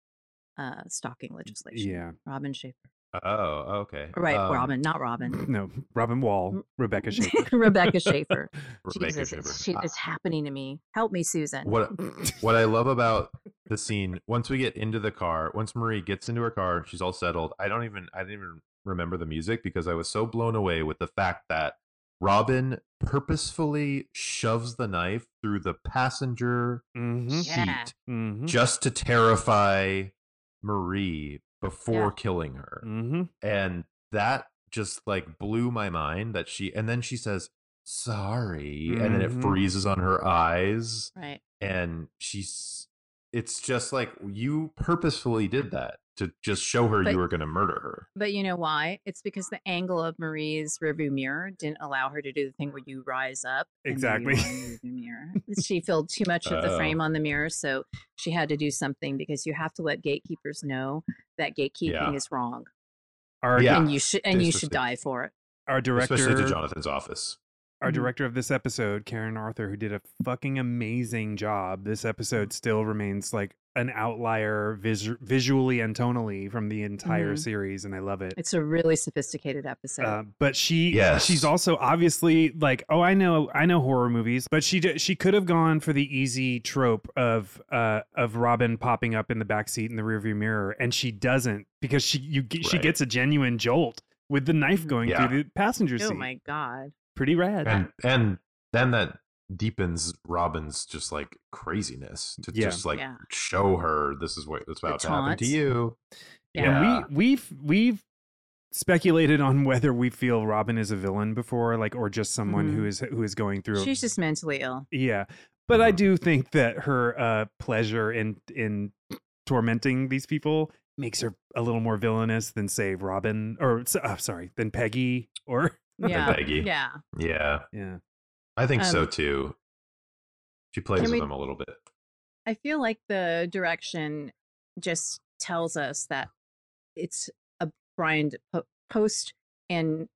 S1: uh, stalking legislation.
S2: yeah.
S1: Robin Schaefer.
S3: Oh, okay.
S1: Right,
S3: Um,
S1: Robin, not Robin.
S2: No, Robin Wall, Rebecca Schaefer.
S1: Rebecca Schaefer.
S3: Rebecca
S1: Jesus,
S3: Schaefer.
S1: it's, she, it's happening to me. Help me, Susan.
S3: Uh, What
S2: Mm-hmm,
S3: what I love about the scene once we get into the car, once Marie gets into her car, she's all settled. I don't even I didn't even remember the music because I was so blown away with the fact that Robin purposefully shoves the knife through the passenger
S2: Mhm,
S1: Yeah.
S3: seat
S2: mhm,
S3: just to terrify Marie before killing her.
S2: mhm.
S3: And that just like blew my mind that she and then she says sorry and then
S2: Mhm.
S3: it freezes on her eyes
S1: Right.
S3: and she's it's just like you purposefully did that to just show her
S1: But-
S3: you were going to murder her
S1: But you know why? It's because the angle of Marie's rearview mirror didn't allow her to do the thing where you rise up. and there you
S2: Exactly.
S1: are in the rearview mirror. she filled too much of the
S3: Oh.
S1: frame on the mirror, so she had to do something because you have to let gatekeepers know that gatekeeping
S3: Yeah.
S1: is wrong,
S2: Our
S3: Yeah.
S1: and you should and you should
S3: Disrespect-
S1: die for it.
S2: our
S3: especially to
S2: director,
S3: jonathan's office
S2: our
S1: Mhm.
S2: director of this episode, Karen Arthur, who did a fucking amazing job. This episode still remains like an outlier visu- visually and tonally from the entire
S1: Mhm.
S2: series, and I love it.
S1: It's a really sophisticated episode.
S3: Um,
S2: Uh, but she
S3: Yes.
S2: she's also obviously like oh I know I know horror movies but she d- she could have gone for the easy trope of uh of Robin popping up in the back seat in the rearview mirror and she doesn't because she you g- she
S3: Right.
S2: gets a genuine jolt with the knife going
S3: Yeah.
S2: through the passenger
S1: oh
S2: seat
S1: my god!
S2: pretty rad
S3: and and then that deepens robin's just like craziness to
S2: Yeah.
S3: just like
S1: Yeah.
S3: show her this is what that's about to happen
S1: taunt.
S3: to you
S1: Yeah.
S2: and we we've we've speculated on whether we feel Robin is a villain before like or just someone who is who is going through a
S1: She's just mentally ill.
S2: Yeah. But I
S3: Mhm.
S2: do think that her uh, pleasure in in tormenting these people makes her a little more villainous than say Robin or s- uh, sorry, than Peggy or
S1: Yeah,
S3: Peggy.
S1: yeah.
S3: yeah
S2: yeah.
S3: i think so
S1: Um,
S3: too she plays
S1: can
S3: with
S1: we-
S3: him a little bit
S1: I feel like the direction just tells us that it's a Brian De- Po- post and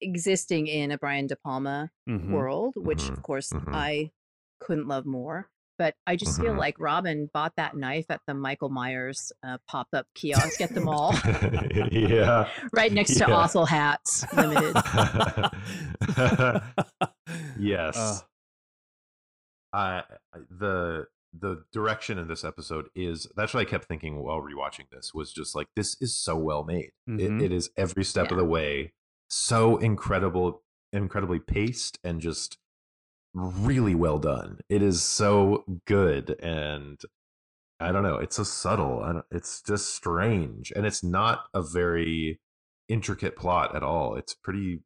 S1: existing in a Brian De Palma
S2: Mhm.
S1: world, which
S3: mhm,
S2: mm-hmm.
S1: of course
S3: mhm.
S1: I couldn't love more. But I just feel
S3: Mhm.
S1: like Robin bought that knife at the Michael Myers uh, pop up kiosk at the mall,
S3: yeah.
S1: right next to
S3: Yeah.
S1: Awful Hats Limited.
S3: Yes.
S2: Uh,
S3: uh, the the direction in this episode is that's what I kept thinking while rewatching this was just like this is so well made.
S2: Mhm.
S3: It, it is every step of
S1: Yeah.
S3: the way so incredible, incredibly paced and just really well done. It is so good and I don't know. It's so subtle. I don't, it's just strange, and it's not a very intricate plot at all. It's pretty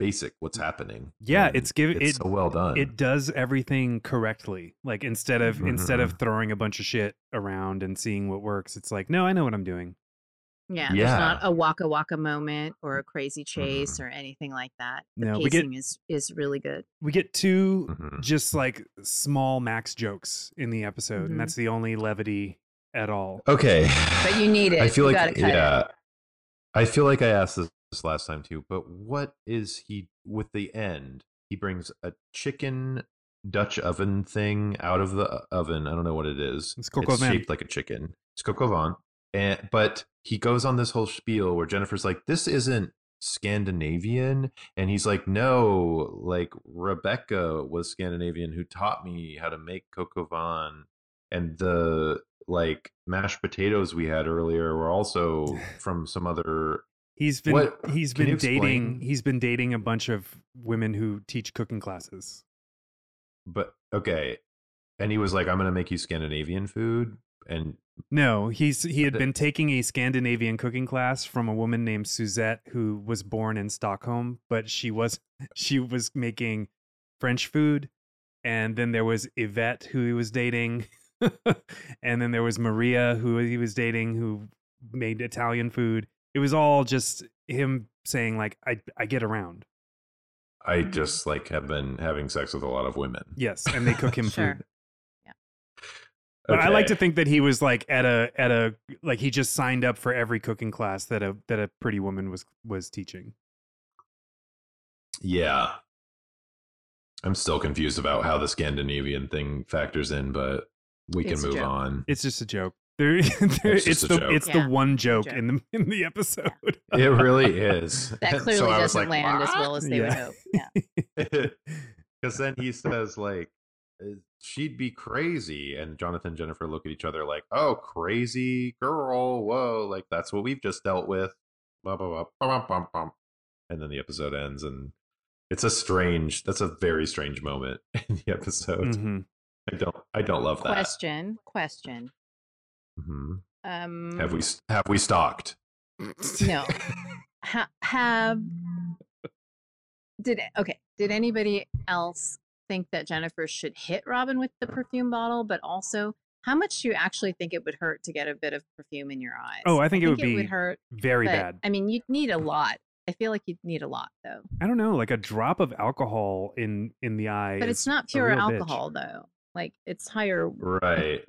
S3: basic what's happening.
S2: Yeah,
S3: and
S2: it's giv-
S3: it's
S2: it-
S3: so well done.
S2: it does everything correctly. Like instead of instead of throwing a bunch of shit around and seeing what works, it's like, no, I know what I'm doing.
S1: Yeah, there's not
S3: Yeah.
S1: a waka waka moment or a crazy chase or anything like that. The
S2: Mm-hmm. No, we get-
S1: pacing is is really good.
S2: We get 2
S3: Mhm.
S2: just like small max jokes in the episode,
S1: Mhm.
S2: and that's the only levity at all.
S3: Okay,
S1: But you need it.
S3: I feel
S1: you
S3: like
S1: gotta cut
S3: yeah,
S1: it.
S3: I feel like I asked this, this last time too. But what is he with the end? He brings a chicken Dutch oven thing out of the uh, oven. I don't know what it is.
S2: It's Coco
S3: it's
S2: Van.
S3: shaped like a chicken. It's Coco Van. And but he goes on this whole spiel where Jennifer's like, "This isn't Scandinavian," and he's like, "No, like Rebecca was Scandinavian who taught me how to make Coco Van." And the like mashed potatoes we had earlier were also from some other.
S2: He's been
S3: What-
S2: he's
S3: can
S2: been
S3: you
S2: dating
S3: explain?
S2: he's been dating a bunch of women who teach cooking classes.
S3: But okay, and he was like, "I'm gonna make you Scandinavian food," and
S2: No, he's he had
S3: Th-
S2: been taking a Scandinavian cooking class from a woman named Suzette who was born in Stockholm, but she was she was making French food. And then there was Yvette who he was dating. and then there was Maria who he was dating who made Italian food. It was all just him saying like I I get around.
S3: I
S2: Mm-hmm.
S3: just like have been having sex with a lot of women.
S2: Yes, and they cook him
S1: Sure.
S2: food. But I like to
S3: Okay.
S2: think that he was like at a at a like he just signed up for every cooking class that a that a pretty woman was was teaching.
S3: Yeah. I'm still confused about how the Scandinavian thing factors in, but we
S1: It's a
S3: can move
S1: joke.
S3: on.
S2: It's just a joke. There, there
S3: just
S2: it's,
S3: a
S2: the
S3: joke.
S2: it's
S1: Yeah,
S2: the one joke,
S1: joke.
S2: in the in the episode.
S3: It really is.
S1: That clearly doesn't land as well as they would
S2: Yeah.
S1: hope. Yeah.
S3: Because then he says, like, uh, she'd be crazy. And Jonathan and Jennifer look at each other like, oh, crazy girl. Whoa. Like, that's what we've just dealt with. Blah, blah, blah. bum, bum, bum, bum. And then the episode ends. And it's a strange, that's a very strange moment in the episode.
S2: Mhm.
S3: I don't, I don't love that.
S1: Question. Question.
S3: Mhm.
S1: Um
S3: Have we s- have we stalked?
S2: Mm-hmm.
S1: No. ha- have did okay did anybody else think that jennifer should hit robin with the perfume bottle but also how much do you actually think it would hurt to get a bit of perfume in your eyes
S2: Oh, I think it would be
S1: hurt
S2: Very
S1: but,
S2: bad.
S1: i mean you'd need a lot i feel like you'd need a lot though
S2: I don't know, like a drop of alcohol in in the eye.
S1: but
S2: is
S1: it's not
S2: a
S1: pure
S2: real bitch.
S1: alcohol though like it's higher
S3: Right.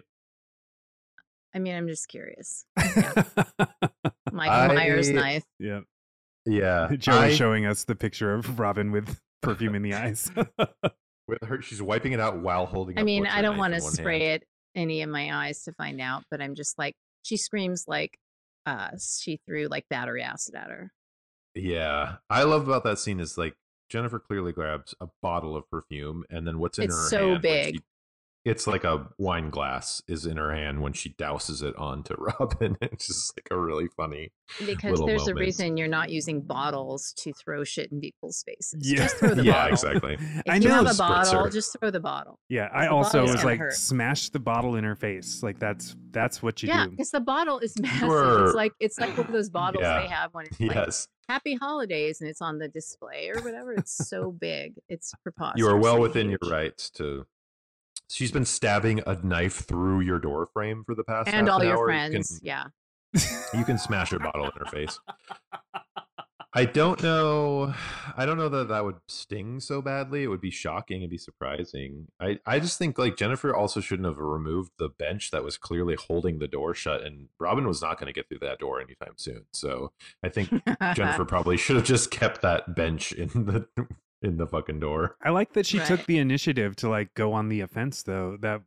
S1: i mean i'm just curious michael myers
S3: I-
S1: knife
S2: yeah,
S3: Yeah.
S2: Joey
S3: Uh, I-
S2: showing us the picture of Robin with perfume in the eyes.
S3: with her, she's wiping it out while holding.
S1: I
S3: up
S1: mean,
S3: what's
S1: I
S3: her
S1: don't
S3: knife
S1: want
S3: in
S1: to
S3: one
S1: spray
S3: hand.
S1: it any in my eyes to find out, but I'm just like, she screams like uh she threw like battery acid at her.
S3: Yeah. I love about that scene is like Jennifer clearly grabs a bottle of perfume, and then what's in
S1: It's
S3: her
S1: so
S3: hand? when she-
S1: big.
S3: it's like a wine glass is in her hand when she douses it onto Robin. It's just like a really funny.
S1: Because
S3: Little
S1: there's a
S3: moment.
S1: reason you're not using bottles to throw shit in people's faces.
S2: Yeah.
S1: Just throw the
S3: yeah,
S1: bottle.
S3: exactly.
S1: If
S2: I
S1: you
S2: know.
S1: have a bottle,
S3: Spritzer.
S1: just throw the bottle.
S2: Yeah, I
S1: the
S2: also
S1: bottle's
S2: was
S1: gonna
S2: like,
S1: hurt.
S2: smash the bottle in her face. Like that's that's what you
S1: yeah,
S2: do.
S1: because the bottle is massive.
S3: are-
S1: It's like it's like one of those bottles
S3: Yeah.
S1: they have when it's like
S3: Yes,
S1: happy holidays and it's on the display or whatever. It's so big. oh, It's preposterous.
S3: you are well within your rights to. She's been stabbing a knife through your door frame for the past half
S1: And all
S3: an
S1: your
S3: hour. You can-
S1: friends. yeah.
S3: you can smash your bottle in her face. I don't know. I don't know that that would sting so badly. It would be shocking. It'd be surprising. I, I just think like Jennifer also shouldn't have removed the bench that was clearly holding the door shut, and Robin was not going to get through that door anytime soon. So I think Jennifer probably should have just kept that bench in the in the fucking door.
S2: I like that she took
S1: Right.
S2: the initiative to like go on the offense though. That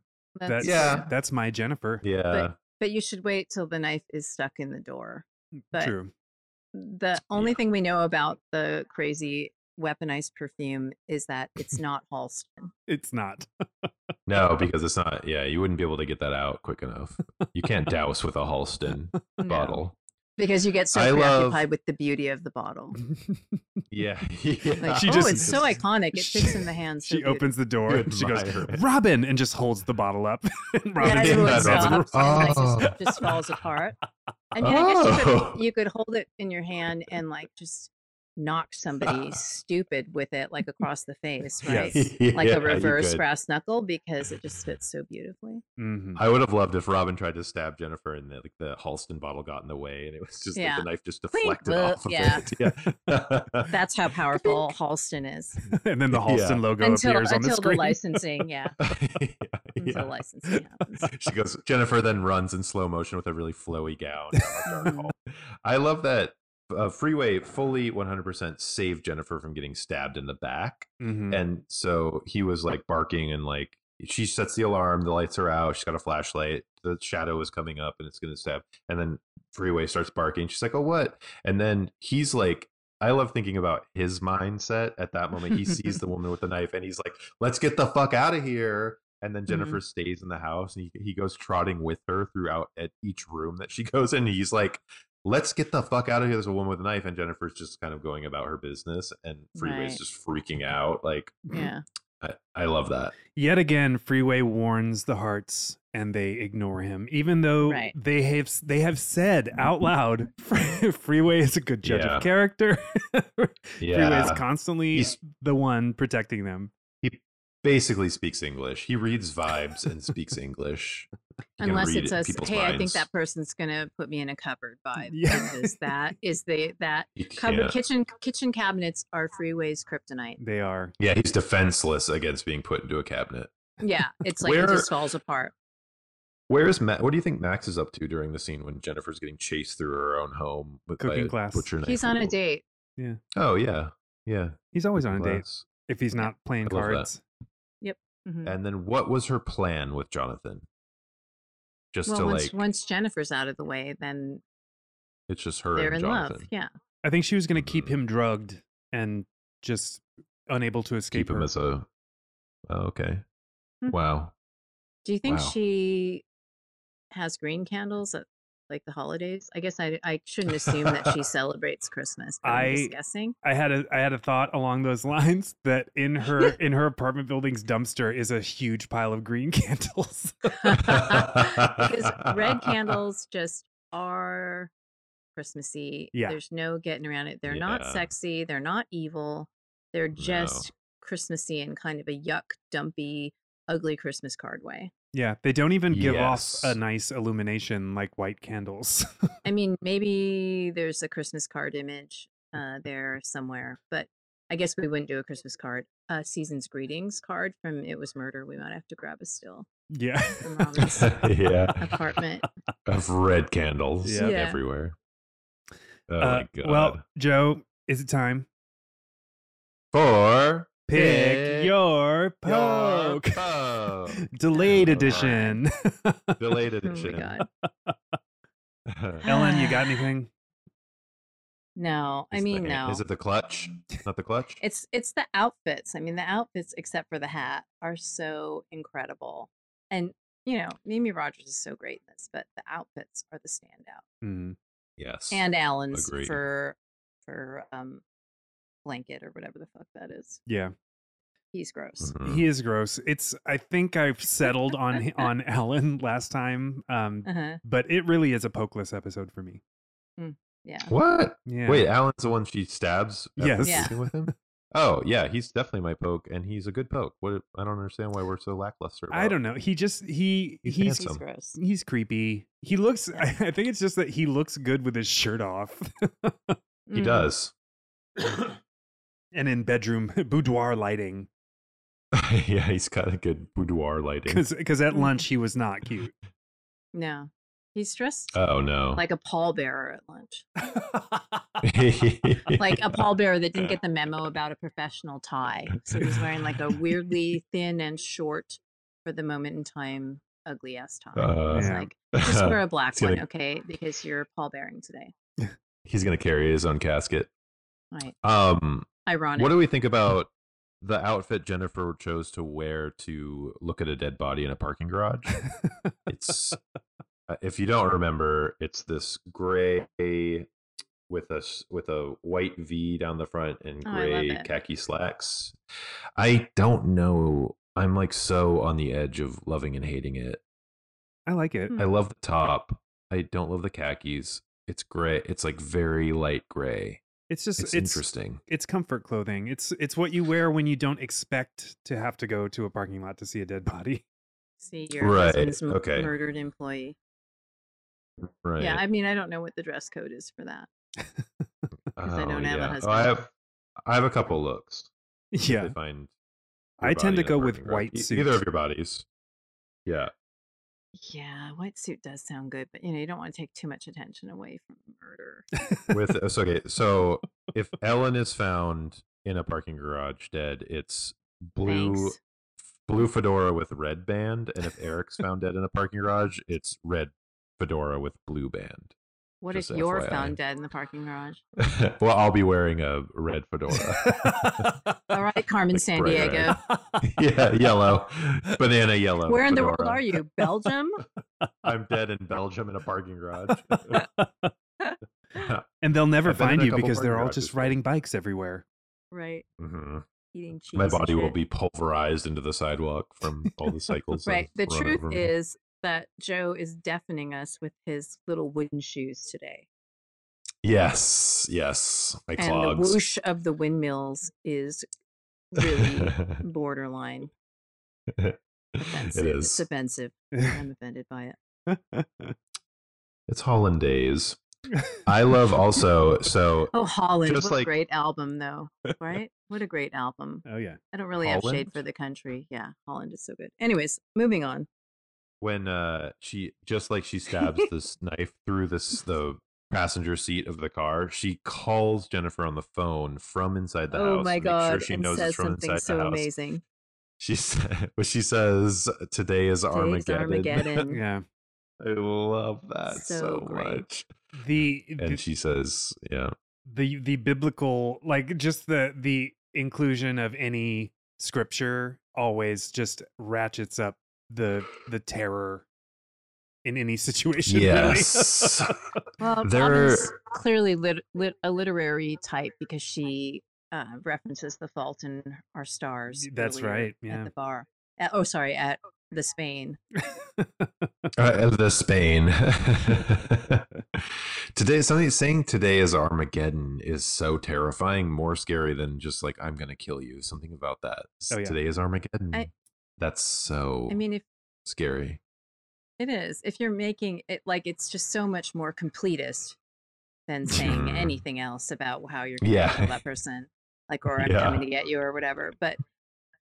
S2: that's
S1: That's-
S3: Yeah.
S2: that's my Jennifer.
S3: Yeah.
S1: But you should wait till the knife is stuck in the door. But
S2: True.
S1: the only thing we know about the crazy weaponized perfume is that it's not Halston.
S2: It's not.
S3: No, because it's not. Yeah, you wouldn't be able to get that out quick enough. You can't douse with a Halston
S1: No,
S3: bottle.
S1: Because you get so
S3: I love-
S1: preoccupied with the beauty of the bottle.
S3: Yeah. yeah.
S1: Like,
S2: She
S1: oh,
S2: just-
S1: it's so iconic. It fits in the hands.
S2: she opens the door
S3: You
S2: and she goes,
S3: admire it.
S2: Robin, and just holds the bottle up. And
S1: Yeah,
S2: Robin
S3: did
S1: everyone
S3: that, Robin.
S1: stops. and,
S3: Oh.
S1: Like, just, just falls apart. I mean, I guess you
S3: Oh.
S1: could, you could hold it in your hand and like just knock somebody stupid with it, like across the face, right?
S2: Yes.
S1: Like
S3: Yeah,
S1: a
S3: you
S1: reverse
S3: could.
S1: brass knuckle because it just fits so beautifully.
S2: Mhm.
S3: I would have loved if Robin tried to stab Jennifer and the, like the Halston bottle got in the way and it was just like
S1: Yeah.
S3: the knife just
S1: Clink,
S3: deflected
S1: well,
S3: off of
S1: yeah.
S3: it. Yeah.
S1: That's how powerful Halston is.
S2: and then the Halston
S3: Yeah.
S2: logo
S1: Until
S2: appears on the
S1: until the
S2: screen.
S1: licensing, yeah. Until
S3: Yeah.
S1: licensing happens.
S3: she goes jennifer then runs in slow motion with a really flowy gown down a dark hall. i love that uh, freeway fully 100% saved jennifer from getting stabbed in the back
S2: Mhm.
S3: and so he was like barking and like she sets the alarm the lights are out she's got a flashlight the shadow is coming up and it's going to stab and then freeway starts barking she's like oh what and then he's like I love thinking about his mindset at that moment. He sees the woman with the knife and he's like, let's get the fuck out of here. And then
S1: Mhm.
S3: Jennifer stays in the house and he, he goes trotting with her throughout at each room that she goes in. He's like, let's get the fuck out of here. There's a woman with a knife. And Jennifer's just kind of going about her business and Freeway's
S1: Right.
S3: just freaking out. Like,
S1: Yeah.
S3: I, I love that.
S2: Yet again, Freeway warns the hearts and they ignore him, even though
S1: Right.
S2: they have they have said out loud, Freeway is a good judge
S3: Yeah.
S2: of character. Freeway is
S3: Yeah.
S2: constantly
S3: He's-
S2: the one protecting them.
S3: Basically speaks English. He reads vibes and speaks English. He can
S1: Unless
S3: read
S1: it's a
S3: people's
S1: hey, I think
S3: minds.
S1: that person's gonna put me in a cupboard vibe
S2: Yeah.
S1: because that is the that
S3: He
S1: cupboard
S3: can't-
S1: kitchen kitchen cabinets are freeways kryptonite.
S2: They are.
S3: Yeah, he's defenseless against being put into a cabinet.
S1: Yeah, it's like it
S3: Where-
S1: just falls apart.
S3: Where is Matt? What do you think Max is up to during the scene when Jennifer's getting chased through her own home? With, by
S2: Cooking
S3: a
S2: class.
S3: butcher knife
S1: He's on a
S3: wound?
S1: date.
S3: Oh yeah, yeah.
S2: He's always on a
S3: cooking
S2: date
S3: class.
S2: if he's not playing
S3: I love that.
S2: cards.
S1: Mhm.
S3: And then what was her plan with Jonathan? Just
S1: well,
S3: to
S1: once,
S3: like,
S1: once Jennifer's out of the way, then
S3: it's just her
S1: they're
S3: and
S1: in
S3: Jonathan.
S1: love. Yeah,
S2: I think she was going to keep
S3: Mhm.
S2: him drugged and just unable to escape
S3: Keep him
S2: her.
S3: as a. Oh, okay.
S1: Hmm.
S3: Wow.
S1: do you think
S3: Wow.
S1: she has green candles at like the holidays? I guess I I shouldn't assume that she celebrates Christmas. But I'm
S2: I-
S1: just guessing.
S2: I had a I had a thought along those lines that in her in her apartment building's dumpster is a huge pile of green candles.
S1: because red candles just are Christmassy.
S2: Yeah.
S1: There's no getting around it. They're not
S3: Yeah.
S1: sexy. They're not evil. They're just Christmassy in kind of a yuck, dumpy, ugly Christmas card way.
S2: yeah, they don't even give off a
S3: Yes.
S2: nice illumination like white candles.
S1: I mean, maybe there's a Christmas card image uh, there somewhere, but I guess we wouldn't do a Christmas card. A season's greetings card from It Was Murder. We might have to grab a still
S2: yeah.
S1: from Robin's
S3: yeah,
S1: apartment. Oh
S3: of red candles
S2: Yeah.
S1: Yeah.
S3: everywhere. Oh
S2: Uh,
S3: my god.
S2: well, Joe, is it time?
S3: for
S2: Pick,
S3: Pick
S2: your
S3: your
S2: poke.
S3: poke.
S2: Delayed
S3: All
S2: edition.
S3: delayed
S1: Oh my
S3: edition.
S1: God.
S2: Ellen, you got anything?
S1: No, I
S3: Is it the
S1: mean,
S3: hand-
S1: no.
S3: Is it the clutch? Not the clutch.
S1: It's it's the outfits. I mean, the outfits, except for the hat, are so incredible. And you know, Mimi Rogers is so great in this, but the outfits are the standout.
S2: Mm.
S3: yes.
S1: And Allen's
S3: Agree.
S1: for for um blanket or whatever the fuck that is.
S2: Yeah.
S1: He's gross.
S3: Mhm.
S2: He is gross. It's I think I've settled on hi- on Alan last time.
S3: Mm-hmm.
S2: Um
S1: Uh-huh.
S2: but it really is a pokeless episode for me.
S1: Yeah.
S3: What?
S2: Yeah.
S3: Wait, Alan's the one she stabs. after
S2: Yes.
S1: Yeah.
S3: sleeping With him. Oh yeah, he's definitely my poke, and he's a good poke. What? I don't understand why we're so lackluster.
S2: I don't know. He just he
S3: He's
S2: he's
S1: He's
S3: Handsome.
S1: gross.
S2: he's creepy. He looks I, I think it's just that he looks good with his shirt off
S3: He
S1: Mhm.
S3: does.
S2: and in bedroom boudoir lighting
S3: yeah, he's got a good boudoir lighting.
S2: Hmm. cuz at lunch he was not cute.
S1: No. He's dressed
S3: Oh no.
S1: like a pallbearer at lunch, like a pallbearer that didn't get the memo about a professional tie. So he's wearing like a weirdly thin and short, for the moment in time, ugly ass tie.
S3: Uh,
S1: It's
S2: Yeah.
S1: like, just wear a black
S3: It's
S1: one,
S3: gonna-
S1: okay? Because you're pallbearing today.
S3: He's gonna carry his own casket.
S1: Right.
S3: Um,
S1: Ironic.
S3: what do we think about the outfit Jennifer chose to wear to look at a dead body in a parking garage? It's uh, if you don't remember, it's this gray with a s- with a white V down the front and
S1: Oh, I love
S3: gray
S1: it.
S3: khaki slacks. I don't know. I'm like so on the edge of loving and hating it.
S2: I like it.
S1: Hmm.
S3: I love the top. I don't love the khakis. It's gray. It's like very light gray.
S2: It's just
S3: It's,
S2: it's it's,
S3: interesting.
S2: comfort clothing. It's it's what you wear when you don't expect to have to go to a parking lot to see a dead body.
S1: See your
S3: Right,
S1: husband's m-
S3: okay.
S1: murdered employee.
S3: Right.
S1: Yeah, I mean, I don't know what the dress code is for that. because I
S3: Oh,
S1: don't have a
S3: Oh, I
S1: husband.
S3: have I have a couple looks.
S2: Yeah.
S3: They find your
S2: I
S3: body
S2: tend
S3: in
S2: to
S3: a
S2: go with
S3: parking garage.
S2: white
S3: E-
S2: suit.
S3: Either of your bodies. Yeah.
S1: Yeah, white suit does sound good, but you know, you don't want to take too much attention away from murder.
S3: With so, okay, so if Ellen is found in a parking garage dead, it's blue
S1: Thanks.
S3: blue fedora with red band, and if Eric's found dead in a parking garage, it's red fedora with blue band.
S1: What
S3: just
S1: if you're
S3: FYI.
S1: found dead in the parking garage?
S3: well, I'll be wearing a red fedora.
S1: All right, Carmen
S3: Like
S1: San
S3: bright red.
S1: Diego.
S3: yeah, yellow, banana yellow.
S1: Where in the world
S3: fedora.
S1: are you? Belgium?
S3: I'm dead in Belgium in a parking garage.
S2: and they'll never
S3: I've been in
S2: find
S3: a
S2: you
S3: couple
S2: because they're
S3: parking
S2: all
S3: garages
S2: just
S3: before.
S2: riding bikes everywhere.
S1: Right.
S3: hmm
S1: Eating cheese.
S3: My
S1: and
S3: body will
S1: shit.
S3: be pulverized into the sidewalk from all the cycles.
S1: Right. The
S3: I've run
S1: truth
S3: over.
S1: is that Joe is deafening us with his little wooden shoes today.
S3: yes, yes, my
S1: And the
S3: clogs.
S1: whoosh of the windmills is really borderline offensive.
S3: it
S1: It's
S3: is.
S1: offensive. I'm offended by it.
S3: It's hollandaise. I love also. So
S1: Oh, Holland.
S3: Just
S1: what a
S3: like-
S1: great album, though. Right? what a great album.
S2: oh yeah.
S1: I don't really have shade for
S3: Holland?
S1: the country. Yeah, Holland is so good. Anyways, moving on.
S3: when uh she just like she stabs this knife through this the passenger seat of the car, she calls Jennifer on the phone from inside the house.
S1: oh my
S3: to make sure
S1: god,
S3: she
S1: and
S3: knows
S1: says
S3: it's from
S1: something
S3: inside
S1: so
S3: the house.
S1: amazing.
S3: She said, well, she says, "Today is
S1: Today's
S3: Armageddon."
S1: Armageddon.
S2: Yeah.
S3: I love that
S1: So
S3: so,
S1: great.
S3: much.
S2: The, the
S3: And she says, "Yeah,
S2: the the biblical like just the the inclusion of any scripture always just ratchets up the the terror in any situation really.
S3: Yes.
S1: Well,
S3: There-
S1: Robin's clearly lit, lit, a literary type because she uh, references The Fault in Our Stars.
S2: That's
S1: earlier
S2: right, yeah.
S1: At the bar. At, oh, sorry, at the Spain.
S3: uh, the Spain." today, something saying "Today is Armageddon" is so terrifying, more scary than just like "I'm gonna kill you." Something about that. S-
S2: Oh, yeah.
S3: Today is Armageddon.
S1: I-
S3: That's so
S1: I mean, if
S3: scary.
S1: it is, if you're making it like it's just so much more completist than saying
S3: Mhm.
S1: anything else about how you're going to
S3: Yeah.
S1: kill that person, like or I'm
S3: Yeah.
S1: coming to get you or whatever. But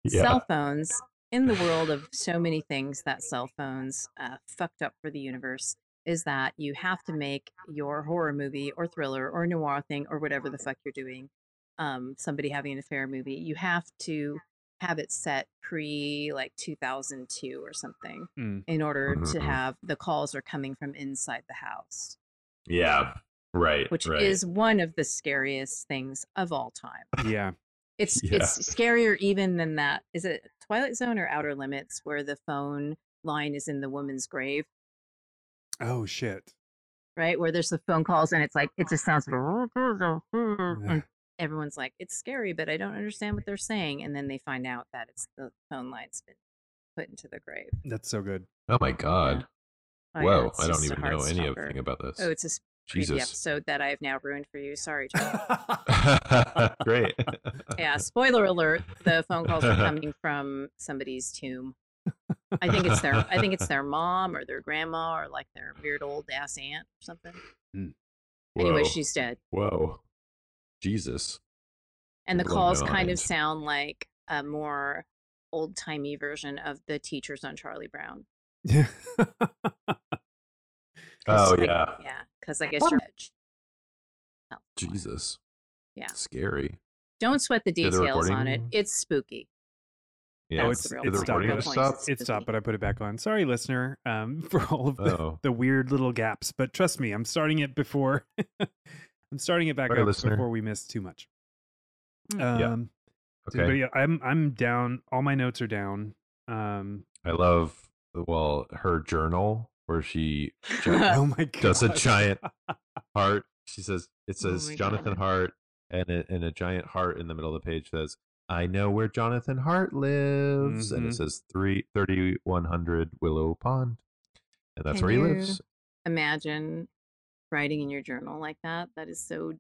S3: Yeah.
S1: cell phones in the world of so many things that cell phones uh, fucked up for the universe is that you have to make your horror movie or thriller or noir thing or whatever the fuck you're doing um, somebody having an affair movie you have to have it set pre like 2002 or something
S2: Mm.
S1: in order to
S3: Mhm.
S1: have the calls are coming from inside the house
S3: yeah. Right.
S1: which
S3: Eh, right.
S1: is one of the scariest things of all time
S2: yeah
S1: it's
S3: Yeah.
S1: it's scarier even than that. Is it Twilight Zone or Outer Limits where the phone line is in the woman's grave,
S2: oh shit
S1: right? Where there's the phone calls and it's like it just sounds like
S2: Yeah.
S1: and everyone's like it's scary, but I don't understand what they're saying, and then they find out that it's the phone line's been put into the grave.
S2: that's so good
S3: oh my god!
S1: Oh, yeah,
S3: Whoa!
S1: it's
S3: I don't
S1: just a
S3: even know any
S1: heartstopper.
S3: anything about this.
S1: Oh, it's a s- creepy
S3: Jesus.
S1: episode that I have now ruined for you. Sorry. Joel.
S3: Great.
S1: yeah. Spoiler alert: the phone calls are coming from somebody's tomb. I think it's their I think it's their mom or their grandma or like their weird old ass aunt or something. Anyway,
S3: Whoa.
S1: she's dead.
S3: Whoa. Jesus.
S1: And the
S3: Blown
S1: calls
S3: my
S1: kind of
S3: mind.
S1: sound like a more old timey version of the teachers on Charlie Brown.
S2: yeah
S3: Oh,
S1: 'cause, like,
S3: yeah.
S1: yeah. Because I guess you're rich. Oh, come on.
S3: Jesus.
S1: Yeah.
S3: Scary.
S1: Don't sweat the
S3: Did the
S1: details on it.
S3: recording-
S1: It's spooky.
S3: Yeah.
S2: oh,
S1: That's
S2: it's,
S1: the real point.
S2: it's stopped.
S3: recording
S1: Real
S2: It
S3: has
S1: point.
S2: stopped.
S1: It's
S2: It stopped,
S1: spooky.
S2: but I put it back on. Sorry, listener, um, for all of the,
S3: Oh.
S2: the weird little gaps. But trust me, I'm starting it before. I'm starting it back
S3: Sorry,
S2: up
S3: listener.
S2: before we miss too much. Um,
S1: Mm.
S3: Yeah.
S2: so- But
S3: Okay.
S2: yeah, I'm I'm down. All my notes are down. Um,
S3: I love, well, her journal where she
S2: oh my god,
S3: does a giant heart. She says, it
S1: Oh
S3: says
S1: my
S3: Jonathan
S1: God.
S3: Hart and a, and a giant heart in the middle of the page says, I know where Jonathan Hart lives. And
S2: Mhm.
S3: it says three thirty one hundred Willow Pond. And that's
S1: Can
S3: where he
S1: you-
S3: lives.
S1: Imagine writing in your journal like that. That is so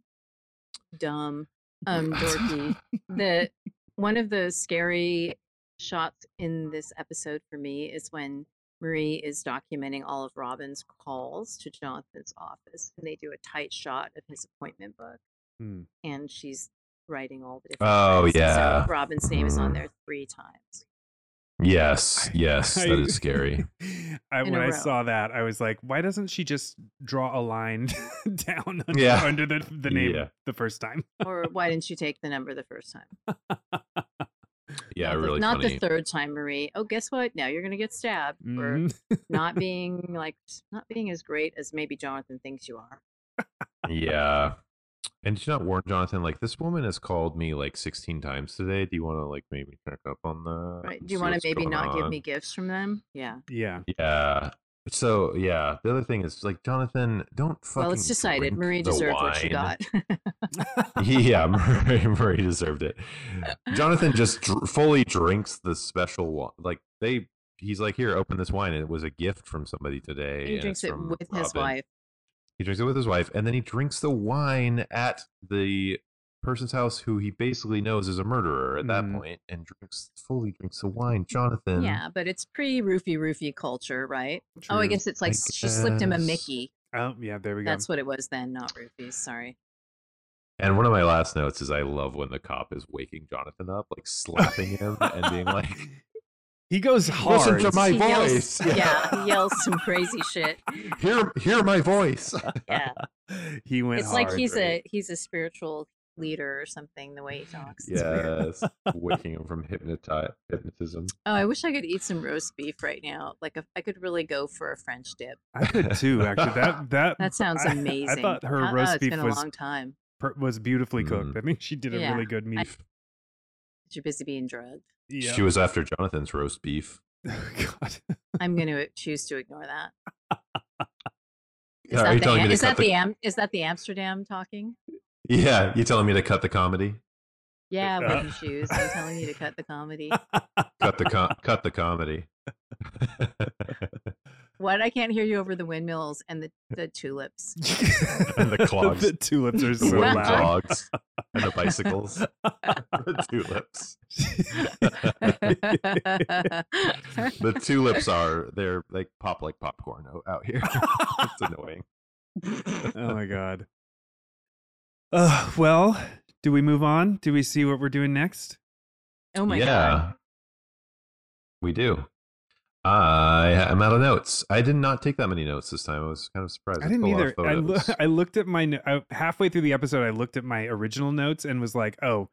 S1: dumb. Um, dorky. the one of the scary shots in this episode for me is when Marie is documenting all of Robin's calls to Jonathan's office, and they do a tight shot of his appointment book,
S2: Hmm.
S1: and she's writing all the different.
S3: Oh,
S1: times, and so
S3: yeah.
S1: Robin's name is on
S3: Mhm.
S1: there three times.
S3: Yes. Yes.
S2: I-
S3: that is scary.
S2: I,
S1: In
S2: when
S1: a
S2: I
S1: row.
S2: saw that, I was like, why doesn't she just draw a line down under,
S3: Yeah.
S2: under the, the name
S3: Yeah.
S2: the first time?
S1: Or why didn't you take the number the first time?
S3: Yeah.
S1: not the,
S3: really
S1: not
S3: funny.
S1: the third time, Marie. Oh, guess what? Now you're gonna get stabbed
S3: Mm-hmm.
S1: for
S2: Mhm.
S1: not being like not being as great as maybe Jonathan thinks you are.
S3: yeah. And did you not warn Jonathan, like, this woman has called me like 16 times today. Do you want to, like, maybe check up on that?
S1: Right?
S3: and
S1: Do you
S3: see
S1: want
S3: what's
S1: to maybe
S3: going
S1: not give
S3: on?"
S1: me gifts from them? Yeah.
S2: Yeah.
S3: Yeah. So, yeah. The other thing is, like, Jonathan, don't fucking.
S1: well, it's decided.
S3: drink
S1: Marie
S3: the
S1: deserved what she
S3: wine.
S1: got.
S3: yeah. Murray, Murray deserved it. Jonathan just dr- fully drinks the special one. Like, they. He's like, here, open this wine. And it was a gift from somebody today.
S1: he
S3: and
S1: drinks
S3: it's
S1: it
S3: from
S1: with his
S3: Robin."
S1: wife.
S3: He drinks it with his wife, and then he drinks the wine at the person's house who he basically knows is a murderer at that
S2: Mm.
S3: point, and drinks fully drinks the wine. Jonathan,
S1: Yeah, but it's pre roofy roofy culture, right? Oh, I
S2: True.
S1: guess it's
S3: I
S1: like s- she slipped him a
S3: guess.
S1: Mickey.
S2: Oh, yeah. There we go.
S1: That's what it was then, not roofies. Sorry.
S3: And one of my last notes is I love when the cop is waking Jonathan up, like slapping him and being like,
S2: he goes
S3: Listen
S2: hard.
S3: to my
S1: He
S3: voice.
S1: yells- yeah, he yells some crazy shit.
S3: "Hear, hear my voice."
S1: Yeah.
S2: he went
S1: it's
S2: hard.
S1: like he's
S3: right?
S1: a he's a spiritual leader or something the way he talks It's weird.
S3: yes, waking him from hypnoti- hypnotism.
S1: oh i wish i could eat some roast beef right now like if I could really go for a french dip
S2: I could too, actually. That that
S1: that sounds
S2: I-
S1: amazing
S2: I, thought her
S1: How- oh,
S2: roast
S1: it's
S2: beef
S1: been a
S2: was
S1: long time
S2: per- was beautifully cooked.
S3: Mm.
S2: I think she did a
S1: Yeah,
S2: really good meat.
S1: you're busy being drugged
S2: yeah.
S3: She was after Jonathan's roast beef.
S2: Oh, God.
S1: i'm going to choose to ignore that is that,
S3: Are you
S1: the,
S3: telling
S1: Am-
S3: me to
S1: is
S3: cut
S1: that
S3: the-
S1: the Am- is that the amsterdam talking
S3: Yeah, you telling me to cut the comedy?
S1: yeah
S2: Uh,
S1: wooden shoes i'm telling you to cut the comedy
S3: cut the com- cut the comedy.
S1: what i can't hear you over the windmills and the, the tulips
S3: And the clogs.
S2: the tulips are so
S3: the wooden
S1: Wow.
S2: loud.
S3: dogs and the bicycles, the tulips. The tulips are they're they pop like popcorn o- out here. it's annoying.
S2: oh my god. Uh, well, do we move on? Do we see what we're doing next?
S1: oh my
S3: yeah,
S1: god
S3: we do. I am out of notes. I did not take that many notes this time. I was kind of surprised.
S2: I didn't
S3: took a lot
S2: either.
S3: of
S2: I, loo-
S3: photos.
S2: I looked at my no- I, halfway through the episode. I looked at my original notes and was like, "Oh,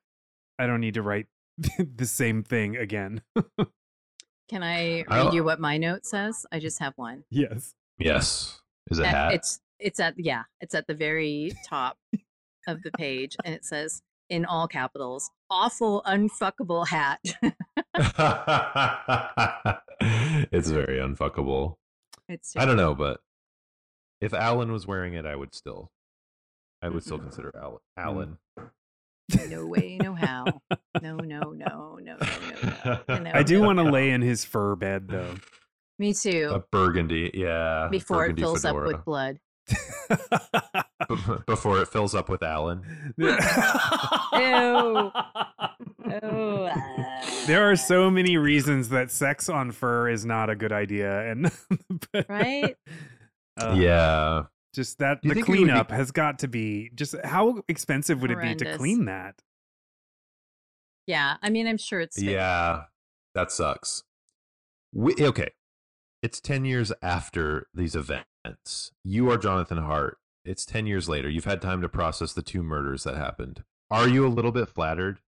S2: I don't need to write the same thing again."
S1: can i read
S3: I'll-
S1: you what my note says i just have one
S2: yes.
S3: yes, is it
S1: at-
S3: hat?
S1: It's it's at yeah, it's at the very top of the page, and it says in all capitals, "awful unfuckable hat."
S3: it's very unfuckable.
S1: it's
S3: I don't know, but if Alan was wearing it, I would still, I would still
S2: Mm-hmm.
S1: Mhm.
S3: consider Al-
S2: Mm.
S3: Alan.
S1: terrible. no way, no how, no, no, no, no, no, no. no. You know,
S2: I do want to lay in his fur bed though.
S1: Me too.
S3: a burgundy, yeah.
S1: before it
S3: burgundy
S1: fills up
S3: fedora.
S1: with blood,
S3: B- before it fills up with Alan.
S1: Ew. Oh,
S2: There are so many reasons that sex on fur is not a good idea, and but,
S1: Right?
S2: uh,
S3: yeah,
S2: just that
S3: Do you
S2: the
S3: think it would be-
S2: cleanup has got to be just how expensive would it be to
S1: Horrendous.
S2: clean that?
S1: yeah. I mean, I'm sure it's fake.
S3: yeah. That sucks. We, okay, it's ten years after these events. events. You are Jonathan Hart. It's 10 years later. You've had time to process the two murders that happened. Are you a little bit flattered?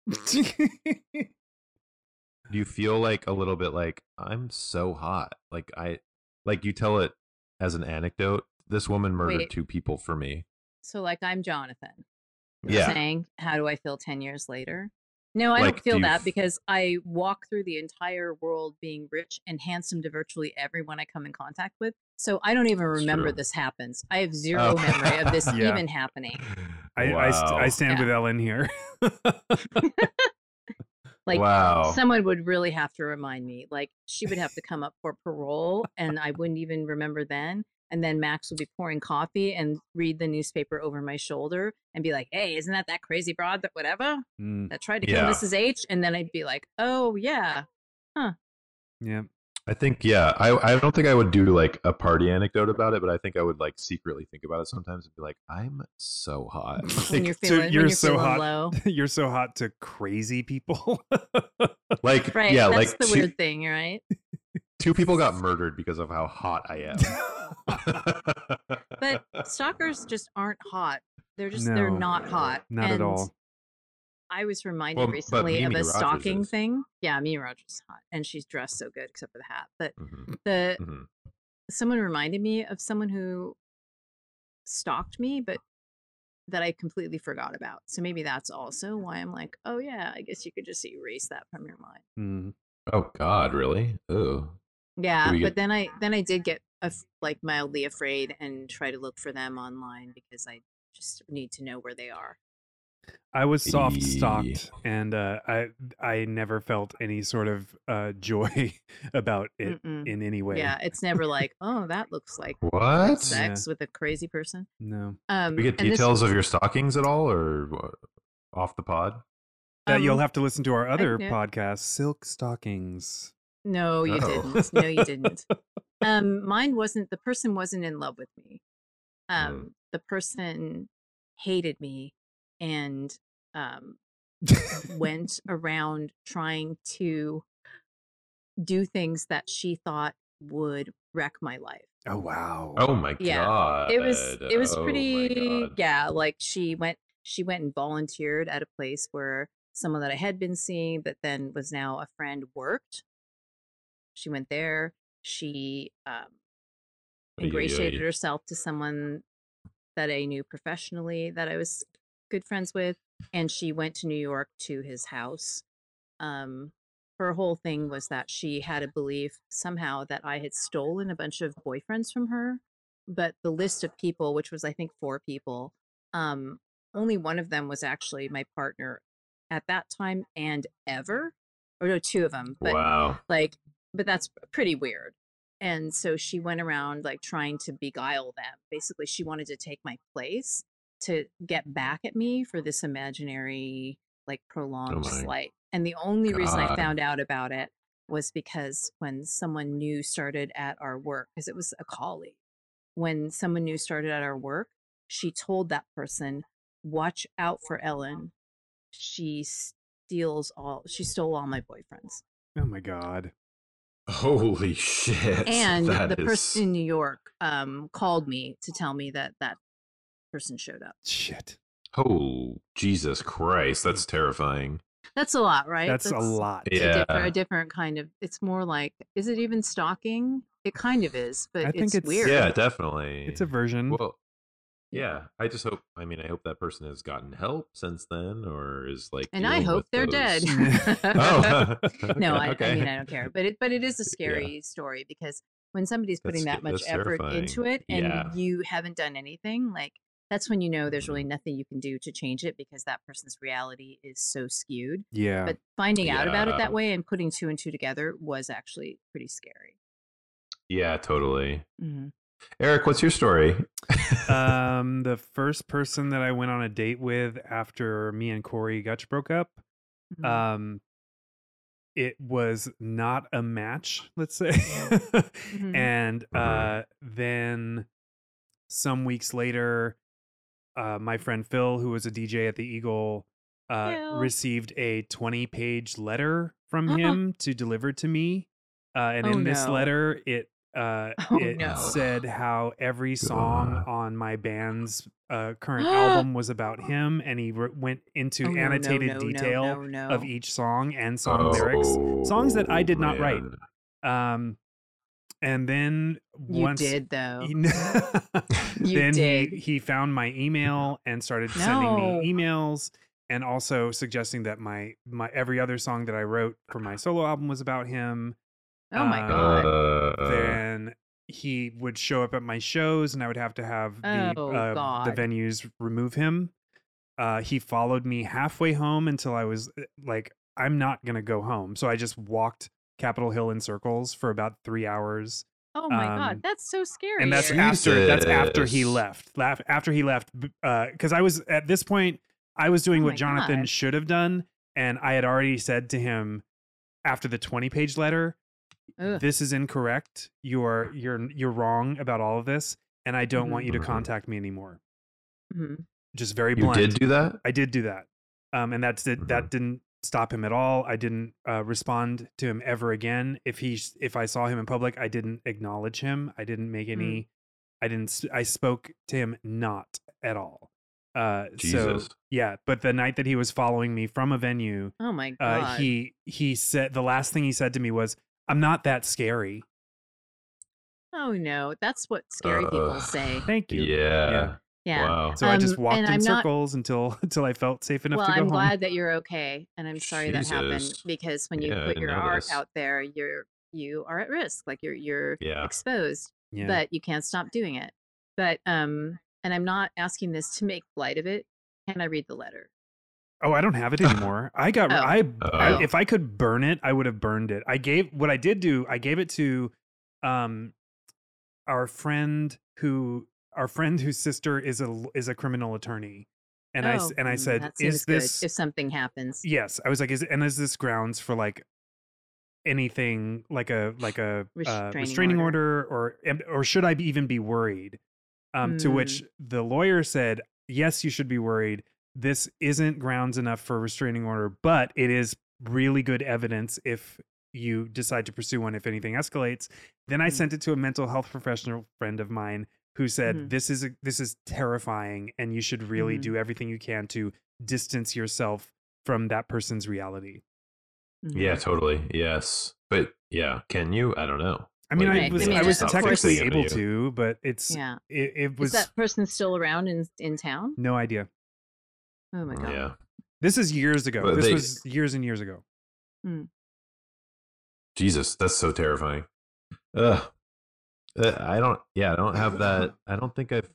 S3: Do you feel like a little bit like I'm so hot? Like I like you tell it as an anecdote. This woman murdered
S1: Wait.
S3: two people for me.
S1: So, like, I'm Jonathan. You're
S3: Yeah.
S1: Saying, how do I feel 10 years later? No, I
S3: Like,
S1: don't
S3: do
S1: feel
S3: you
S1: that
S3: f-
S1: because I walk through the entire world being rich and handsome to virtually everyone I come in contact with. So I don't even
S3: That's
S1: remember
S3: true.
S1: this happens. I have zero
S3: Oh.
S1: memory of this
S2: Yeah.
S1: even happening.
S2: I, I, st- I
S3: Wow.
S2: stand with Ellen here.
S1: Like,
S3: wow.
S1: someone would really have to remind me. Like she would have to come up for parole, and I wouldn't even remember then. And then Max would be pouring coffee and read the newspaper over my shoulder and be like, "Hey, isn't that that crazy broad that whatever
S2: Mm,
S1: that tried to
S3: Yeah.
S1: kill Mrs. H?" And then I'd be like, "Oh yeah,
S2: yeah.
S3: I think yeah. I I don't think I would do like a party anecdote about it, but I think I would like secretly think about it sometimes and be like, I'm so hot.
S1: when you're
S2: Like, so
S1: feeling when
S2: you're
S1: you're
S2: so
S1: feeling
S2: hot.
S1: low."
S2: You're so hot to crazy people.
S3: Like
S1: Right,
S3: yeah,
S1: that's
S3: like
S1: the
S3: two,
S1: weird thing, right?
S3: two people got murdered because of how hot I am.
S1: But stalkers just aren't hot. They're just they're
S2: No,
S1: not hot.
S2: Not at
S1: And
S2: all.
S1: I was reminded
S3: Well, but
S1: recently of
S3: Mimi
S1: a
S3: Rogers
S1: stalking
S3: is.
S1: thing. Yeah, Mimi Rogers is hot, and she's dressed so good except for the hat. But
S3: Mhm,
S1: the
S2: Mm.
S3: mhm.
S1: someone reminded me of someone who stalked me, but that I completely forgot about. So maybe that's also why I'm like, oh yeah, I guess you could just erase that from your mind.
S2: Mm.
S3: Oh God, really? Ooh.
S1: Yeah,
S3: we
S1: but
S3: get-
S1: then I then I did get af- like mildly afraid and try to look for them online because I just need to know where they are.
S2: I was soft
S3: Yeah.
S2: stalked, and uh, I I never felt any sort of uh, joy about it
S1: Mm-mm.
S2: in any way.
S1: Yeah, it's never like, oh, that looks like
S3: What?
S2: Yeah.
S1: sex with a crazy person.
S2: No,
S1: Um,
S3: we get
S1: and this-
S3: details of your stockings at all, or what? off the pod?
S2: that you'll
S1: um,
S2: have to listen to our other
S1: knew-
S2: podcast, Silk Stockings.
S1: No, you
S3: Oh.
S1: didn't. No, you didn't. um, mine wasn't. The person wasn't in love with me.
S3: Mm.
S1: Um, the person hated me, and um, went around trying to do things that she thought would wreck my life.
S2: oh wow!
S3: Oh my
S1: Yeah.
S3: God.
S1: It was. It was
S3: Oh my
S1: pretty.
S3: God.
S1: Yeah, like she went. She went and volunteered at a place where someone that I had been seeing, but then was now a friend, worked. She went there. She um,
S3: Ay, ay,
S1: ingratiated
S3: ay.
S1: herself to someone that I knew professionally that I was good friends with. And she went to New York to his house. Um, her whole thing was that she had a belief somehow that I had stolen a bunch of boyfriends from her. But the list of people, which was, I think, four people, um, only one of them was actually my partner at that time and ever. Or no, two of them. But
S3: Wow.
S1: like but that's pretty weird and so she went around like trying to beguile them basically she wanted to take my place to get back at me for this imaginary like prolonged
S3: Oh my
S1: slight and the only reason i
S3: God.
S1: found out about it was because when someone new started at our work because it was a colleague when someone new started at our work she told that person watch out for ellen she steals all she stole all my boyfriends
S2: Oh my god!
S3: Holy shit.
S1: and
S3: That
S1: the
S3: is-
S1: person in New York um, called me to tell me that that person showed up.
S2: Shit,
S3: Oh, Jesus Christ. That's terrifying.
S1: That's a lot, right?
S2: that's, a lot.
S1: it's A, different,
S3: Yeah.
S1: a different kind of. It's more like, is it even stalking? It kind of is, but
S2: I think
S1: it's,
S2: it's-
S1: weird.
S3: Yeah, definitely.
S2: It's a version.
S3: Well, yeah. I just hope, I mean, I hope that person has gotten help since then or is like.
S1: and I
S3: dealing
S1: hope
S3: with
S1: they're
S3: those-
S1: dead.
S3: oh.
S1: no, I,
S3: okay.
S1: I mean I don't care, but it but it is a
S3: Yeah.
S1: scary story because when somebody's putting
S3: That's
S1: that
S3: sca-
S1: much
S3: that's
S1: effort
S3: terrifying.
S1: into it and
S3: Yeah. Mm-hmm.
S1: you haven't done anything, like that's when you know there's really nothing you can do to change it because that person's reality is so skewed.
S2: Yeah,
S1: but finding out about it
S3: Yeah.
S1: that way and putting two and two together was actually pretty scary.
S3: Yeah, totally. Eric, what's your story?
S2: um, the first person that I went on a date with after me and Corey Gutch broke up,
S3: Mm-hmm.
S1: Mhm.
S2: um, it was not a match. Let's say,
S1: Mm-hmm.
S2: and uh,
S3: Mhm.
S2: then some weeks later, uh, my friend Phil, who was a DJ at the Eagle, uh,
S1: Phil.
S2: received a twenty-page letter from
S1: Uh-uh.
S2: him to deliver to me. Uh, and
S1: Oh,
S2: in this
S1: no.
S2: letter, it uh,
S1: Oh,
S2: it
S1: no.
S2: said how every song
S3: God.
S2: on my band's uh, current album was about him, and he re- went into
S1: Oh, no, no,
S2: annotated
S1: no, no,
S2: detail
S1: no, no.
S2: of each song and song
S3: Oh.
S2: lyrics. songs that I did not write. Um, and then
S1: You
S2: once
S1: did though.
S2: he-
S1: You
S2: then
S1: did.
S2: He, he found my email and started sending
S1: No.
S2: me emails and also suggesting that my my every other song that I wrote for my solo album was about him.
S1: oh my
S2: uh,
S1: god.
S2: then he would show up at my shows and I would have to have the
S1: Oh,
S2: uh, the
S1: God.
S2: venues remove him. Uh, he followed me halfway home until I was uh, like, I'm not gonna go home. So I just walked Capitol Hill in circles for about three hours
S1: Oh my
S2: um,
S1: god. That's so scary.
S2: and that's
S1: Eric.
S2: after that's after he
S3: Jesus.
S2: left. Laugh after he left because I was at this point I was doing
S1: Oh
S2: what
S1: my
S2: Jonathan
S1: God.
S2: should have done, and I had already said to him after the twenty page letter,
S1: Ugh.
S2: "This is incorrect. You're you're you're wrong about all of this, and I don't want you to
S3: Mhm.
S1: Mm-hmm.
S2: contact me anymore."
S1: Mhm.
S2: Just very
S3: You
S2: blunt.
S3: did do that?
S2: I did do that, um, and that's
S1: Mm-hmm.
S2: it. That didn't stop him at all. I didn't uh, respond to him ever again. If he s- if I saw him in public, I didn't acknowledge him. I didn't
S1: Mm.
S2: make any. I didn't. s- I spoke to him not at all. Uh, so
S3: Jesus.
S2: yeah, but the night that he was following me from a venue,
S1: Oh my god.
S2: uh, he he said the last thing he said to me was, "I'm not that scary."
S1: oh no. That's what scary people
S3: Ugh.
S1: say.
S2: Thank you.
S3: Yeah.
S2: Yeah.
S1: Yeah.
S3: Wow.
S2: So I just
S1: Um,
S2: walked
S1: and
S2: in
S1: I'm not-
S2: circles until until I felt safe enough
S1: well,
S2: to go
S1: I'm
S2: home.
S1: glad that you're okay, and I'm sorry that happened
S3: Jesus.
S1: because when you
S3: Yeah, I
S1: put
S3: didn't
S1: your
S3: know
S1: art
S3: this.
S1: out there, you're you are at risk. Like you're you're
S3: yeah.
S1: exposed,
S2: yeah.
S1: but you can't stop doing it. But um, and I'm not asking this to make light of it. Can I read the letter?
S2: Oh, I don't have it anymore. I got
S1: Oh.
S2: I,
S3: Oh.
S2: I if I could burn it, I would have burned it. I gave what I did do, I gave it to um our friend who our friend whose sister is a l- is a criminal attorney. And I s-
S1: Oh,
S2: and I
S1: mm,
S2: said,
S1: that
S2: "Is
S1: seems good
S2: this
S1: if something happens?"
S2: Yes, I was like, is and is this grounds for like anything like a like a uh,
S1: Restraining
S2: restraining order, or and- or should I be- even be worried? Um, To which the lawyer said, yes, you should be worried. This isn't grounds enough for a restraining order, but it is really good evidence if you decide to pursue one if anything escalates. Then I
S1: Mhm.
S2: sent it to a mental health professional friend of mine who said
S1: Mhm.
S2: this is a, this is terrifying and you should really
S3: Mm-hmm.
S1: Mhm.
S2: do everything you can to distance yourself from that person's reality.
S1: Mhm.
S3: Yeah, totally. Yes. But yeah, can you? I don't know.
S2: I mean,
S1: Right,
S2: I was
S1: I mean,
S2: I was
S1: of course-
S2: technically
S1: Yeah.
S2: able to, but it's
S1: Yeah.
S2: it, it
S1: Is
S2: was
S1: that person still around in in town?
S2: no idea.
S1: Oh my god.
S3: Mm, Yeah.
S2: This is years ago.
S3: But
S2: this
S3: they-
S2: was years and years ago.
S3: Jesus, that's so terrifying. Ugh. Uh, I don't. Yeah, I don't have that. I don't think I've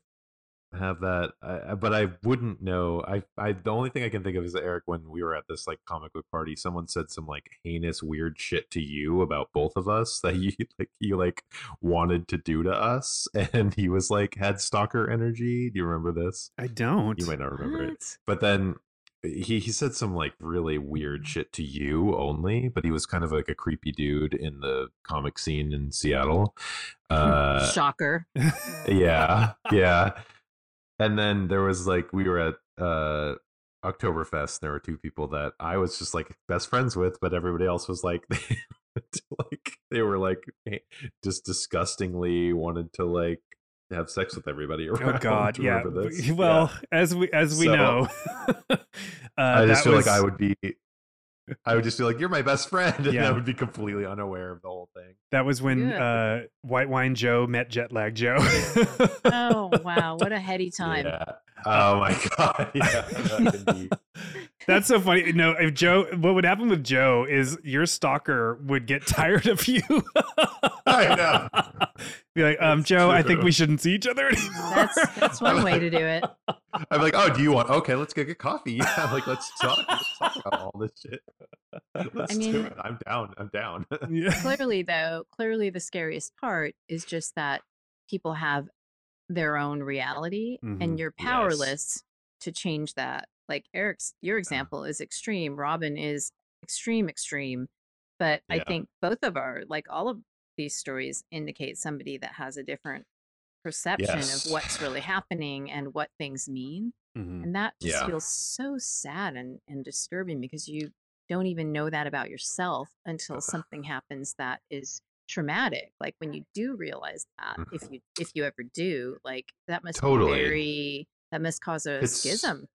S3: have that. I, I- but I wouldn't know. I, I the only thing I can think of is Eric when we were at this like comic book party. Someone said some like heinous weird shit to you about both of us that you like you like wanted to do to us, and he was like had stalker energy. Do you remember this?
S2: I don't.
S3: You might not remember it.
S1: What?
S3: But then he he said some like really
S2: Mm-hmm.
S3: weird shit to you only, but he was kind of like a creepy dude in the comic scene in Seattle.
S2: Hmm.
S3: Uh,
S1: Shocker.
S3: yeah, yeah. And then there was like we were at uh Oktoberfest. There were two people that I was just like best friends with, but everybody else was like, like they were like eh, just disgustingly wanted to like have sex with everybody. Around.
S2: Oh God,
S3: Do you
S2: yeah.
S3: remember this?
S2: W- Well, as we as we
S3: So,
S2: know, uh,
S3: I
S2: that
S3: just feel
S2: was,
S3: like I would be. I would just feel like you're my best friend, and
S2: Yeah.
S3: I would be completely unaware of the whole thing.
S2: that was when
S1: Good.
S2: uh, White Wine Joe met Jet Lag Joe.
S1: Oh wow, what a heady time.
S3: Yeah. Oh my god. Yeah. that can be-
S2: That's so funny. No, if Joe, what would happen with Joe is your stalker would get tired of you.
S3: I know.
S2: Be like, um,
S3: That's
S2: Joe, I think
S3: true.
S2: we shouldn't see each other anymore.
S1: That's that's one way to do it.
S3: I'm like, oh, do you want? Okay, let's go get coffee. Yeah, I'm like let's talk. Let's talk about all this shit. Let's do
S1: mean-
S3: it. I'm down. I'm down.
S2: yeah.
S1: Clearly though, clearly the scariest part is just that people have their own reality
S2: Mhm,
S1: and you're
S3: Mm-hmm. yes.
S1: powerless to change that. Like Eric's
S3: Uh-huh.
S1: your example is extreme, Robin is extreme extreme, but I
S3: Yeah.
S1: think both of our like all of these stories indicate somebody that has a different perception
S3: Yes.
S1: of what's really happening and what things mean.
S2: Mhm.
S1: And that just
S3: Yeah.
S1: feels so sad and, and disturbing because you don't even know that about yourself until something happens that is traumatic like when you do realize that if you if you ever do like that must
S3: Mm-hmm. Totally.
S1: be very that must cause a
S3: It's-
S1: schism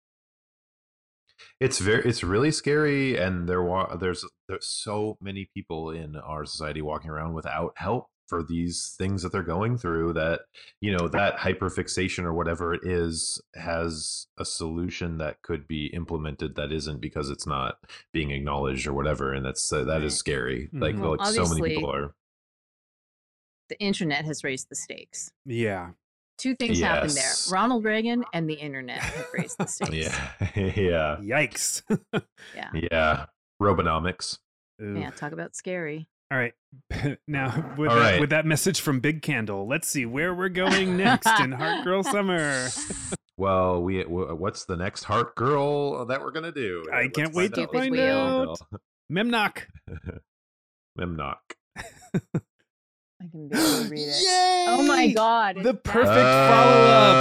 S3: It's very, it's really scary, and there wa- there's there's so many people in our society walking around without help for these things that they're going through. That you know that hyperfixation or whatever it is has a solution that could be implemented that isn't because it's not being acknowledged or whatever, and that's uh, that
S1: Right.
S3: is scary. Like
S2: Mhm.
S1: Well,
S3: like so many
S1: obviously-
S3: people are.
S1: the internet has raised the stakes
S2: Yeah.
S1: two things happened there
S3: Yes.
S1: ronald reagan and the internet have raised the stakes
S3: Yeah, yeah,
S2: Yikes.
S1: yeah
S3: yeah. Robonomics.
S1: yeah
S2: Oof.
S1: talk about scary
S2: All right. now, with,
S3: All
S2: that,
S3: right.
S2: with that message from Big Candle, let's see where we're going next in Heart Girl Summer.
S3: Well, we w- what's the next heart girl that we're gonna do?
S2: I can't wait
S1: to
S3: Let's
S1: find
S3: out.
S2: out. Memnock.
S3: Memnock.
S1: i can barely read it
S2: Yay!
S1: oh my god
S2: The
S1: it's that-
S2: perfect follow-up.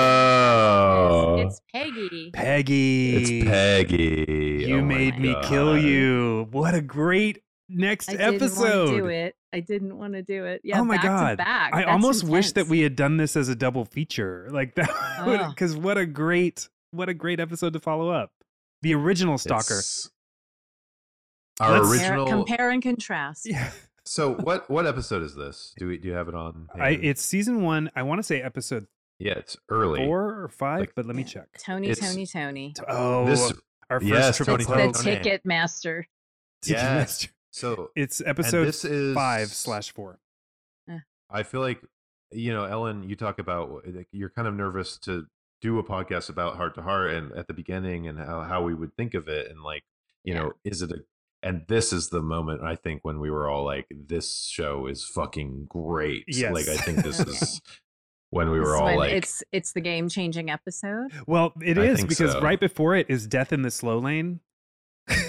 S3: Oh,
S1: it's, it's peggy
S2: Peggy.
S3: it's Peggy.
S2: You
S3: Oh my
S2: made me
S3: God.
S2: kill you. What a great next
S1: I didn't want to
S2: episode.
S1: do it. I didn't want to do it. Yeah.
S2: Oh my
S1: back
S2: God.
S1: To back.
S2: I
S1: That's
S2: almost wish that
S1: intense. Ah.
S2: we had done this as a double feature, like that,
S1: Ugh.
S2: because what a great, what a great episode to follow up. The original Stalker.
S3: It's Our
S2: Let's-
S1: compare,
S3: original.
S1: compare and contrast.
S2: Yeah,
S3: so what? What episode is this? Do we? Do you have it on?
S2: I,
S3: hand?
S2: it's season one. I want to say episode
S3: yeah, it's early.
S2: four or five,
S3: Like-
S2: but let me
S1: Yeah.
S2: check.
S1: Tony,
S3: It's-
S1: Tony, Tony.
S2: Oh,
S3: This
S2: our first
S3: yes,
S2: triple
S3: Tony,
S1: it's
S3: Tony,
S1: the
S2: poke.
S3: Tony.
S1: ticket master.
S2: Ticket
S3: Yes.
S2: master.
S3: so
S2: It's
S3: and
S2: episode
S3: this is
S2: five slash four.
S3: I feel like you know, Ellen, you talk about like, you're kind of nervous to do a podcast about heart to heart and at the beginning and how, how we would think of it and like you
S1: Yeah.
S3: know, is it a and this is the moment I think when we were all like, this show is fucking great.
S2: Yes.
S3: Like I think this
S1: Okay.
S3: is when we
S1: This
S3: were
S1: is
S3: all
S1: when
S3: like,
S1: it's it's the game changing episode.
S2: Well, it is
S3: I think
S2: because
S3: so.
S2: right before it is Death in the Slow Lane.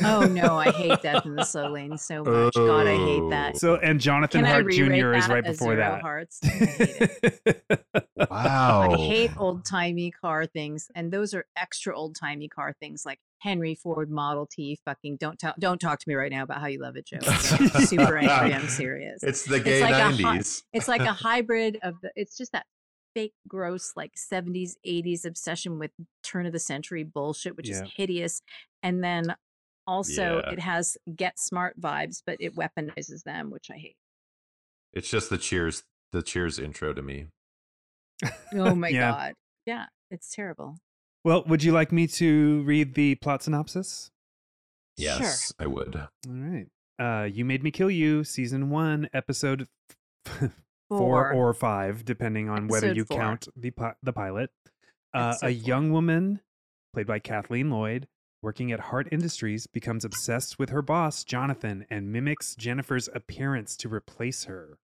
S1: Oh no, I hate Death in the Slow Lane so much. God, I hate that.
S3: Oh.
S2: So and Jonathan
S1: Can I
S2: Hart
S1: rewrite
S2: Jr.
S1: that
S2: is right
S1: as
S2: before
S1: Zero
S2: that.
S1: Hearts? I hate it.
S3: wow,
S2: Oh.
S1: I hate old timey car things, and those are extra old timey car things like Henry Ford Model T. Fucking don't tell, don't talk to me right now about how you love it, Joe. I'm getting super angry. I'm serious.
S3: It's the gay
S1: like a hot-
S3: 90s.
S1: It's like a hybrid of the. It's just that fake, gross, like '70s, '80s obsession with turn of the century bullshit, which
S2: Yeah.
S1: is hideous. And then also,
S3: Yeah.
S1: it has Get Smart vibes, but it weaponizes them, which I hate.
S3: it's just the Cheers, the Cheers intro to me.
S1: Oh my
S2: Yeah.
S1: god, yeah, it's terrible.
S2: Well, would you like me to read the plot synopsis?
S1: Sure.
S3: Yes, I would.
S2: All right. Uh, you Made Me Kill You, Season 1, Episode f- four or five, depending on whether
S1: Episode
S2: you
S1: four.
S2: count the, pi- the pilot. Uh,
S1: Episode
S2: a
S1: four.
S2: young woman, played by Kathleen Lloyd, working at Hart Industries, becomes obsessed with her boss, Jonathan, and mimics Jennifer's appearance to replace her.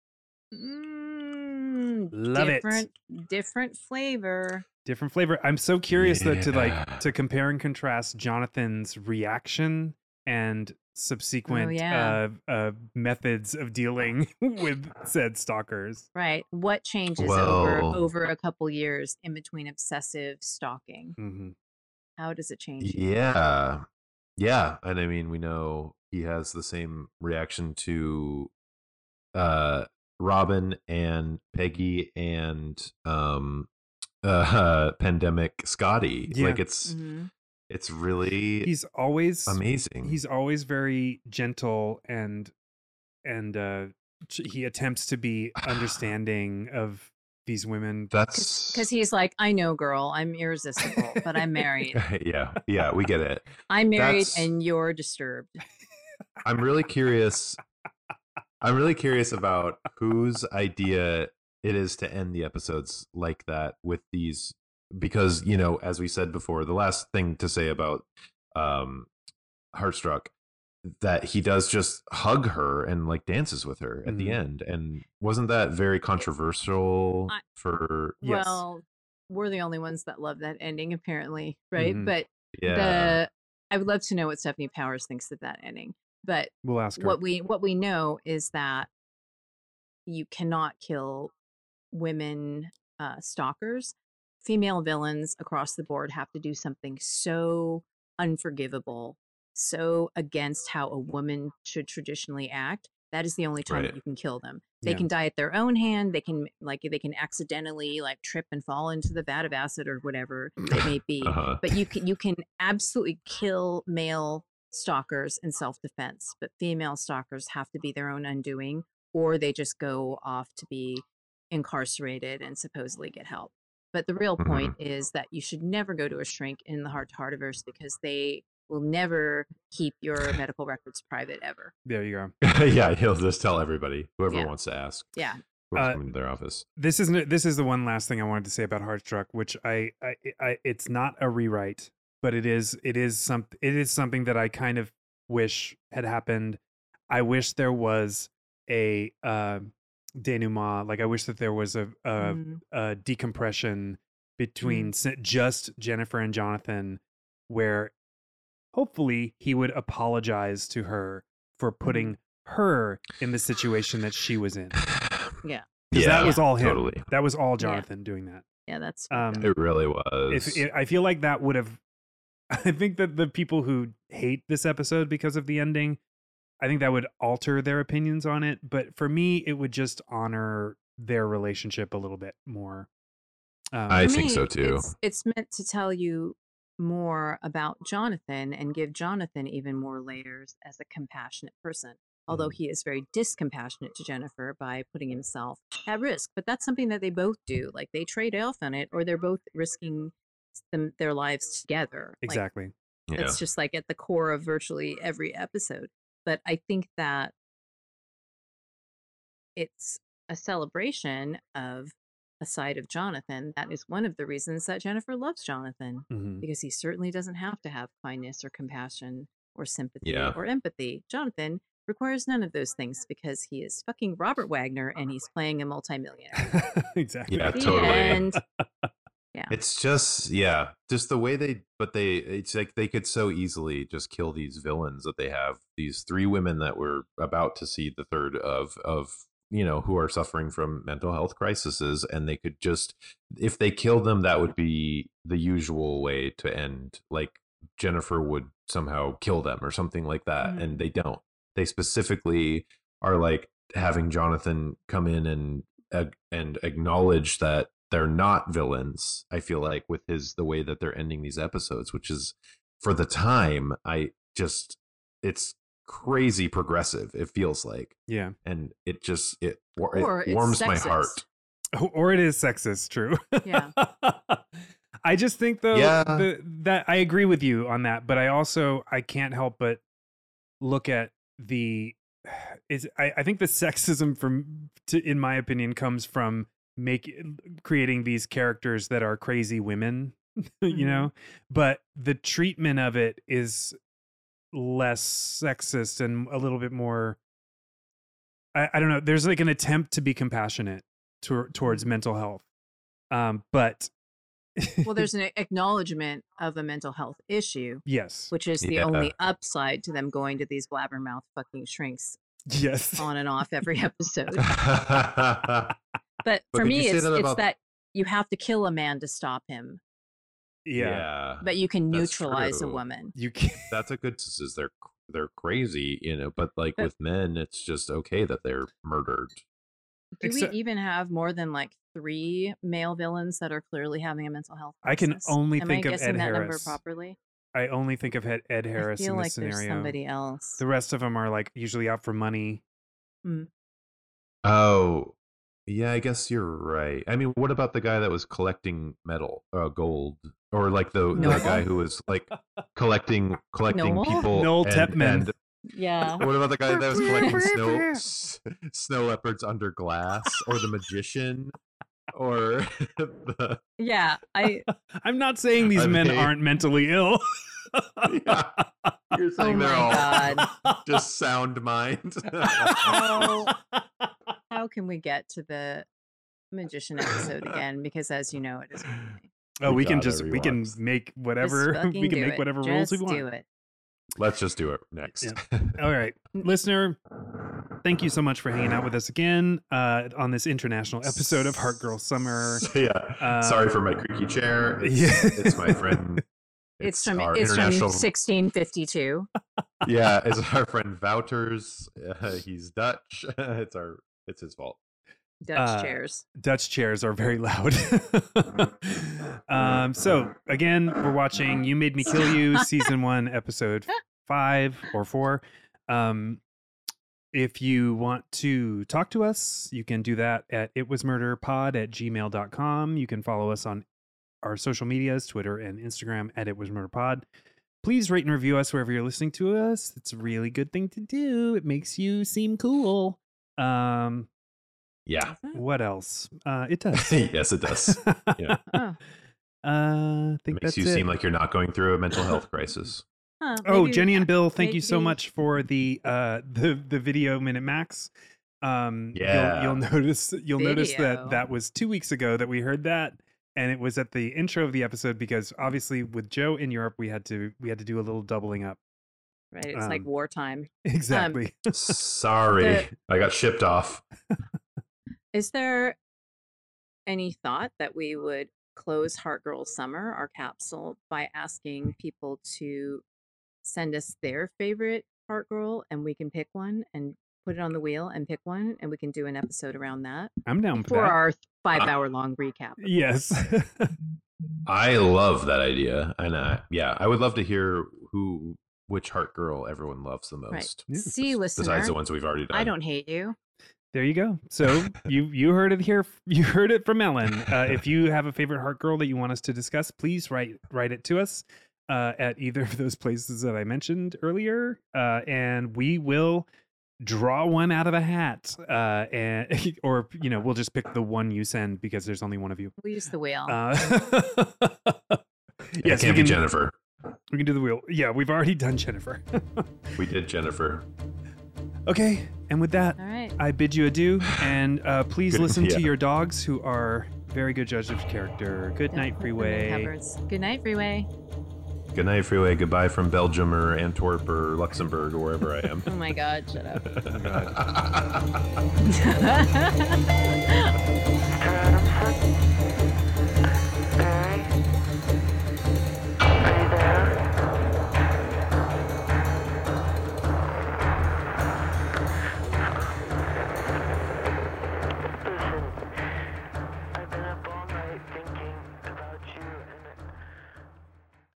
S1: Mm,
S2: Love it.
S1: different, Different flavor.
S2: Different flavor. I'm so curious though to
S3: Yeah.
S2: like to compare and contrast Jonathan's reaction
S3: Oh,
S2: and subsequent
S1: yeah.
S2: uh, uh, methods of dealing with said stalkers.
S1: Right. What changes over
S3: Well-
S1: over a couple years in between obsessive stalking?
S3: Mm-hmm.
S2: hmm
S1: How does it change? you?
S3: Yeah. Yeah. And I mean, we know he has the same reaction to uh Robin and Peggy and um uh pandemic Scotty.
S2: Yeah. mm-hmm.
S3: Like it's
S1: Mhm.
S3: it's really
S2: He's always
S3: amazing.
S2: he's always very gentle and and uh ch- he attempts to be understanding of these women
S3: that's
S1: Because he's like, I know, girl, I'm irresistible, but I'm married.
S3: yeah, yeah, we get it.
S1: I'm married
S3: That's-
S1: and you're disturbed.
S3: I'm really curious. I'm really curious about whose idea it is to end the episodes like that with these, because you know, as we said before, the last thing to say about um, Heartstruck that he does just hug her and like dances with her at the
S2: Mhm.
S3: end, and wasn't that very controversial
S1: I-
S3: for
S2: Yes.
S1: Well, we're the only ones that love that ending, apparently, right?
S2: Mhm.
S1: But
S3: yeah,
S1: the I would love to know what Stephanie Powers thinks of that ending. But
S2: we'll ask her
S1: what we what we know is that you cannot kill women uh, stalkers female villains across the board have to do something so unforgivable so against how a woman should traditionally act That is the only time
S3: Right.
S1: you can kill them. They
S2: Yeah.
S1: can die at their own hand. They can like they can accidentally like trip and fall into the vat of acid or whatever it may be.
S3: Uh-huh.
S1: But you can you can absolutely kill male stalkers in self defense, but female stalkers have to be their own undoing, or they just go off to be incarcerated and supposedly get help. But the real point
S2: Mm-hmm.
S1: is that you should never go to a shrink in the heart to heart averse because they will never keep your medical records private ever.
S2: There you go.
S3: yeah, he'll just tell everybody, whoever
S1: Yeah.
S3: wants to ask.
S1: Yeah.
S3: Whoever's
S2: Uh,
S3: coming to their office.
S2: This isn't. This is the one last thing I wanted to say about Heartstruck, which I, I, I it's not a rewrite, but it is. It is some. It is something that I kind of wish had happened. I wish there was a uh, denouement. Like I wish that there was a, a
S1: Mm.
S2: uh, decompression between s just Jennifer and Jonathan, where hopefully he would apologize to her for putting her in the situation that she was in.
S1: Yeah.
S2: Because that was all him.
S3: Totally.
S2: That was all Jonathan doing that.
S1: Yeah, that's
S2: Um,
S3: It really was.
S2: if, if, I feel like that would have, I think that the people who hate this episode because of the ending, I think that would alter their opinions on it. But for me, it would just honor their relationship a little bit more. Um,
S3: I
S1: For
S3: think so,
S1: me,
S3: too.
S1: It's, it's meant to tell you more about Jonathan and give Jonathan even more layers as a compassionate person.
S3: Mm.
S1: Although he is very discompassionate to Jennifer by putting himself at risk, but that's something that they both do. Like they trade off on it, or they're both risking s- them, their lives together. Like,
S2: exactly.
S3: yeah.
S1: it's just like at the core of virtually every episode but i think that it's a celebration of a side of jonathan that is one of the reasons that jennifer loves jonathan
S3: Mm.
S2: Mhm.
S1: because he certainly doesn't have to have kindness or compassion or sympathy
S3: Yeah.
S1: or empathy jonathan requires none of those things because he is fucking robert wagner and he's playing a multimillionaire
S2: exactly.
S3: Yeah,
S1: The
S3: totally.
S1: end.
S3: It's just yeah, just the way they but they it's like they could so easily just kill these villains that they have these three women that we're about to see the third of of you know who are suffering from mental health crises and they could just if they kill them that would be the usual way to end like Jennifer would somehow kill them or something like that
S1: Mhm.
S3: and they don't. They specifically are like having Jonathan come in and ag- and acknowledge that they're not villains. I feel like with his the way that they're ending these episodes, which is for the time, I just it's crazy progressive. It feels like,
S2: Yeah.
S3: and it just it, war-
S1: Or
S3: it
S1: it's
S3: warms my
S1: sexist.
S3: heart.
S2: O- Or it is sexist, true.
S1: Yeah.
S2: I just think though
S3: Yeah.
S2: the, that I agree with you on that, but I also I can't help but look at the is I, I think the sexism from to, in my opinion comes from make creating these characters that are crazy women,
S1: Mhm.
S2: you know, but the treatment of it is less sexist and a little bit more I, I don't know. There's like an attempt to be compassionate to, towards
S1: Mm-hmm.
S2: mental health, um, but
S1: well there's an acknowledgement of a mental health issue
S2: yes,
S1: which is the
S3: Yeah.
S1: only upside to them going to these blabbermouth fucking shrinks
S2: yes,
S1: on and off every episode. But
S3: But
S1: for
S3: did
S1: me,
S3: you say
S1: it's,
S3: that
S1: it's
S3: about-
S1: that you have to kill a man to stop him,
S2: yeah.
S1: but you can
S3: That's
S1: neutralize a
S3: true.
S1: woman.
S2: You can
S3: that's a good s- is they're they're crazy, you know. But like
S1: But-
S3: with men, it's just okay that they're murdered.
S1: Do
S2: Except-
S1: we even have more than like three male villains that are clearly having a mental health?
S2: I can
S1: crisis?
S2: only
S1: Am
S2: think
S1: I
S2: of
S1: guessing
S2: Ed
S1: that number
S2: Harris.
S1: properly.
S2: I only think of Ed, Ed Harris
S1: I feel
S2: in this
S1: like
S2: scenario.
S1: there's somebody else.
S2: The rest of them are like usually out for money.
S3: Oh, yeah, I guess you're right. I mean, what about the guy that was collecting metal, uh, gold, or like the the guy
S1: Noel?
S3: who was like collecting collecting
S1: Noel?
S3: people?
S2: Noel
S3: and-
S2: Tepman.
S3: and-
S1: yeah.
S3: what about the guy that was collecting snow s- snow leopards under glass, or the magician, or the
S1: Yeah. I
S2: I'm not saying these
S3: I
S2: men
S3: mean-
S2: aren't mentally ill.
S3: Yeah, you're saying
S1: Oh my
S3: they're all
S1: God.
S3: just sound mind.
S1: how can we get to the magician episode again? Because as you know, it is
S2: oh,
S3: We
S2: we can
S3: gotta
S2: just we can
S3: rewatch.
S2: make
S1: just
S2: whatever
S1: fucking
S2: we can
S1: do
S2: make
S1: it.
S2: whatever rules we
S1: Just
S2: want.
S1: Do it.
S3: Let's just do it next.
S2: All right, listener, thank you so much for hanging out with us again uh, on this international episode of Heart Girl Summer.
S3: yeah. Sorry for my creaky chair. It's,
S2: Yeah.
S3: it's my friend
S1: It's, from
S3: our
S1: it's from
S3: international-
S1: 1652.
S3: yeah, it's our friend Vouters. Uh, he's Dutch. it's our it's his fault.
S1: Dutch
S2: Uh,
S1: chairs.
S2: Dutch chairs are very loud. um, so again, we're watching "You Made Me Kill You" season one, episode five or four. Um, if you want to talk to us, you can do that at itwasmurderpod at gmail.com. You can follow us on our social medias, Twitter and Instagram at itwasmurderpod. Please rate and review us wherever you're listening to us. It's a really good thing to do. It makes you seem cool. Um,
S3: Yeah.
S2: what else? Uh, it does.
S3: yes, it does. Yeah.
S1: Oh.
S2: Uh, I
S3: It
S2: think
S3: makes
S2: that's
S3: you
S2: it.
S3: seem like you're not going through a mental health crisis.
S1: Huh,
S2: oh,
S1: maybe-
S2: Jenny and Bill, thank you so
S1: maybe-
S2: much for the uh the the video minute max. Um, you'll-
S3: Yeah.
S2: you'll, notice you'll notice that
S1: Video.
S2: that was two weeks ago that we heard that, and it was at the intro of the episode because obviously with Joe in Europe we had to we had to do a little doubling up.
S1: Right, it's like
S2: um,
S1: wartime.
S2: Exactly.
S3: Sorry,
S1: The-
S3: I got shipped off.
S1: Is there any thought that we would close Heart Girl Summer, our capsule, by asking people to send us their favorite Heart Girl and we can pick one and put it on the wheel and pick one and we can do an episode around that
S2: I'm down for
S1: for
S2: that. Uh,
S1: our five hour long recap.
S2: yes.
S3: I love that idea, and uh, yeah, I would love to hear who which heart girl everyone loves the most.
S1: Right.
S2: Yeah.
S1: See, listener,
S3: Besides the ones we've already done.
S1: I don't hate you.
S2: There you go. So you you heard it here. You heard it from Ellen. Uh, if you have a favorite heart girl that you want us to discuss, please write write it to us uh, at either of those places that I mentioned earlier, uh, and we will draw one out of a hat, uh, and or you know we'll just pick the one you send because there's only one of you.
S1: We use the wheel.
S2: Uh,
S3: It
S2: yes, we
S3: can't be
S2: can,
S3: Jennifer.
S2: we can do the wheel. Yeah, we've already done Jennifer.
S3: We did Jennifer.
S2: okay, and with that,
S1: All right.
S2: I bid you adieu, and uh, please
S3: Good-
S2: listen
S3: yeah.
S2: to your dogs, who are very good judges of character. Good
S1: Don't
S2: night,
S1: open the
S2: freeway.
S1: cupboards. Good night, Freeway.
S3: Good night, freeway. Goodbye from Belgium or Antwerp or Luxembourg or wherever I am.
S1: Oh my God, shut up.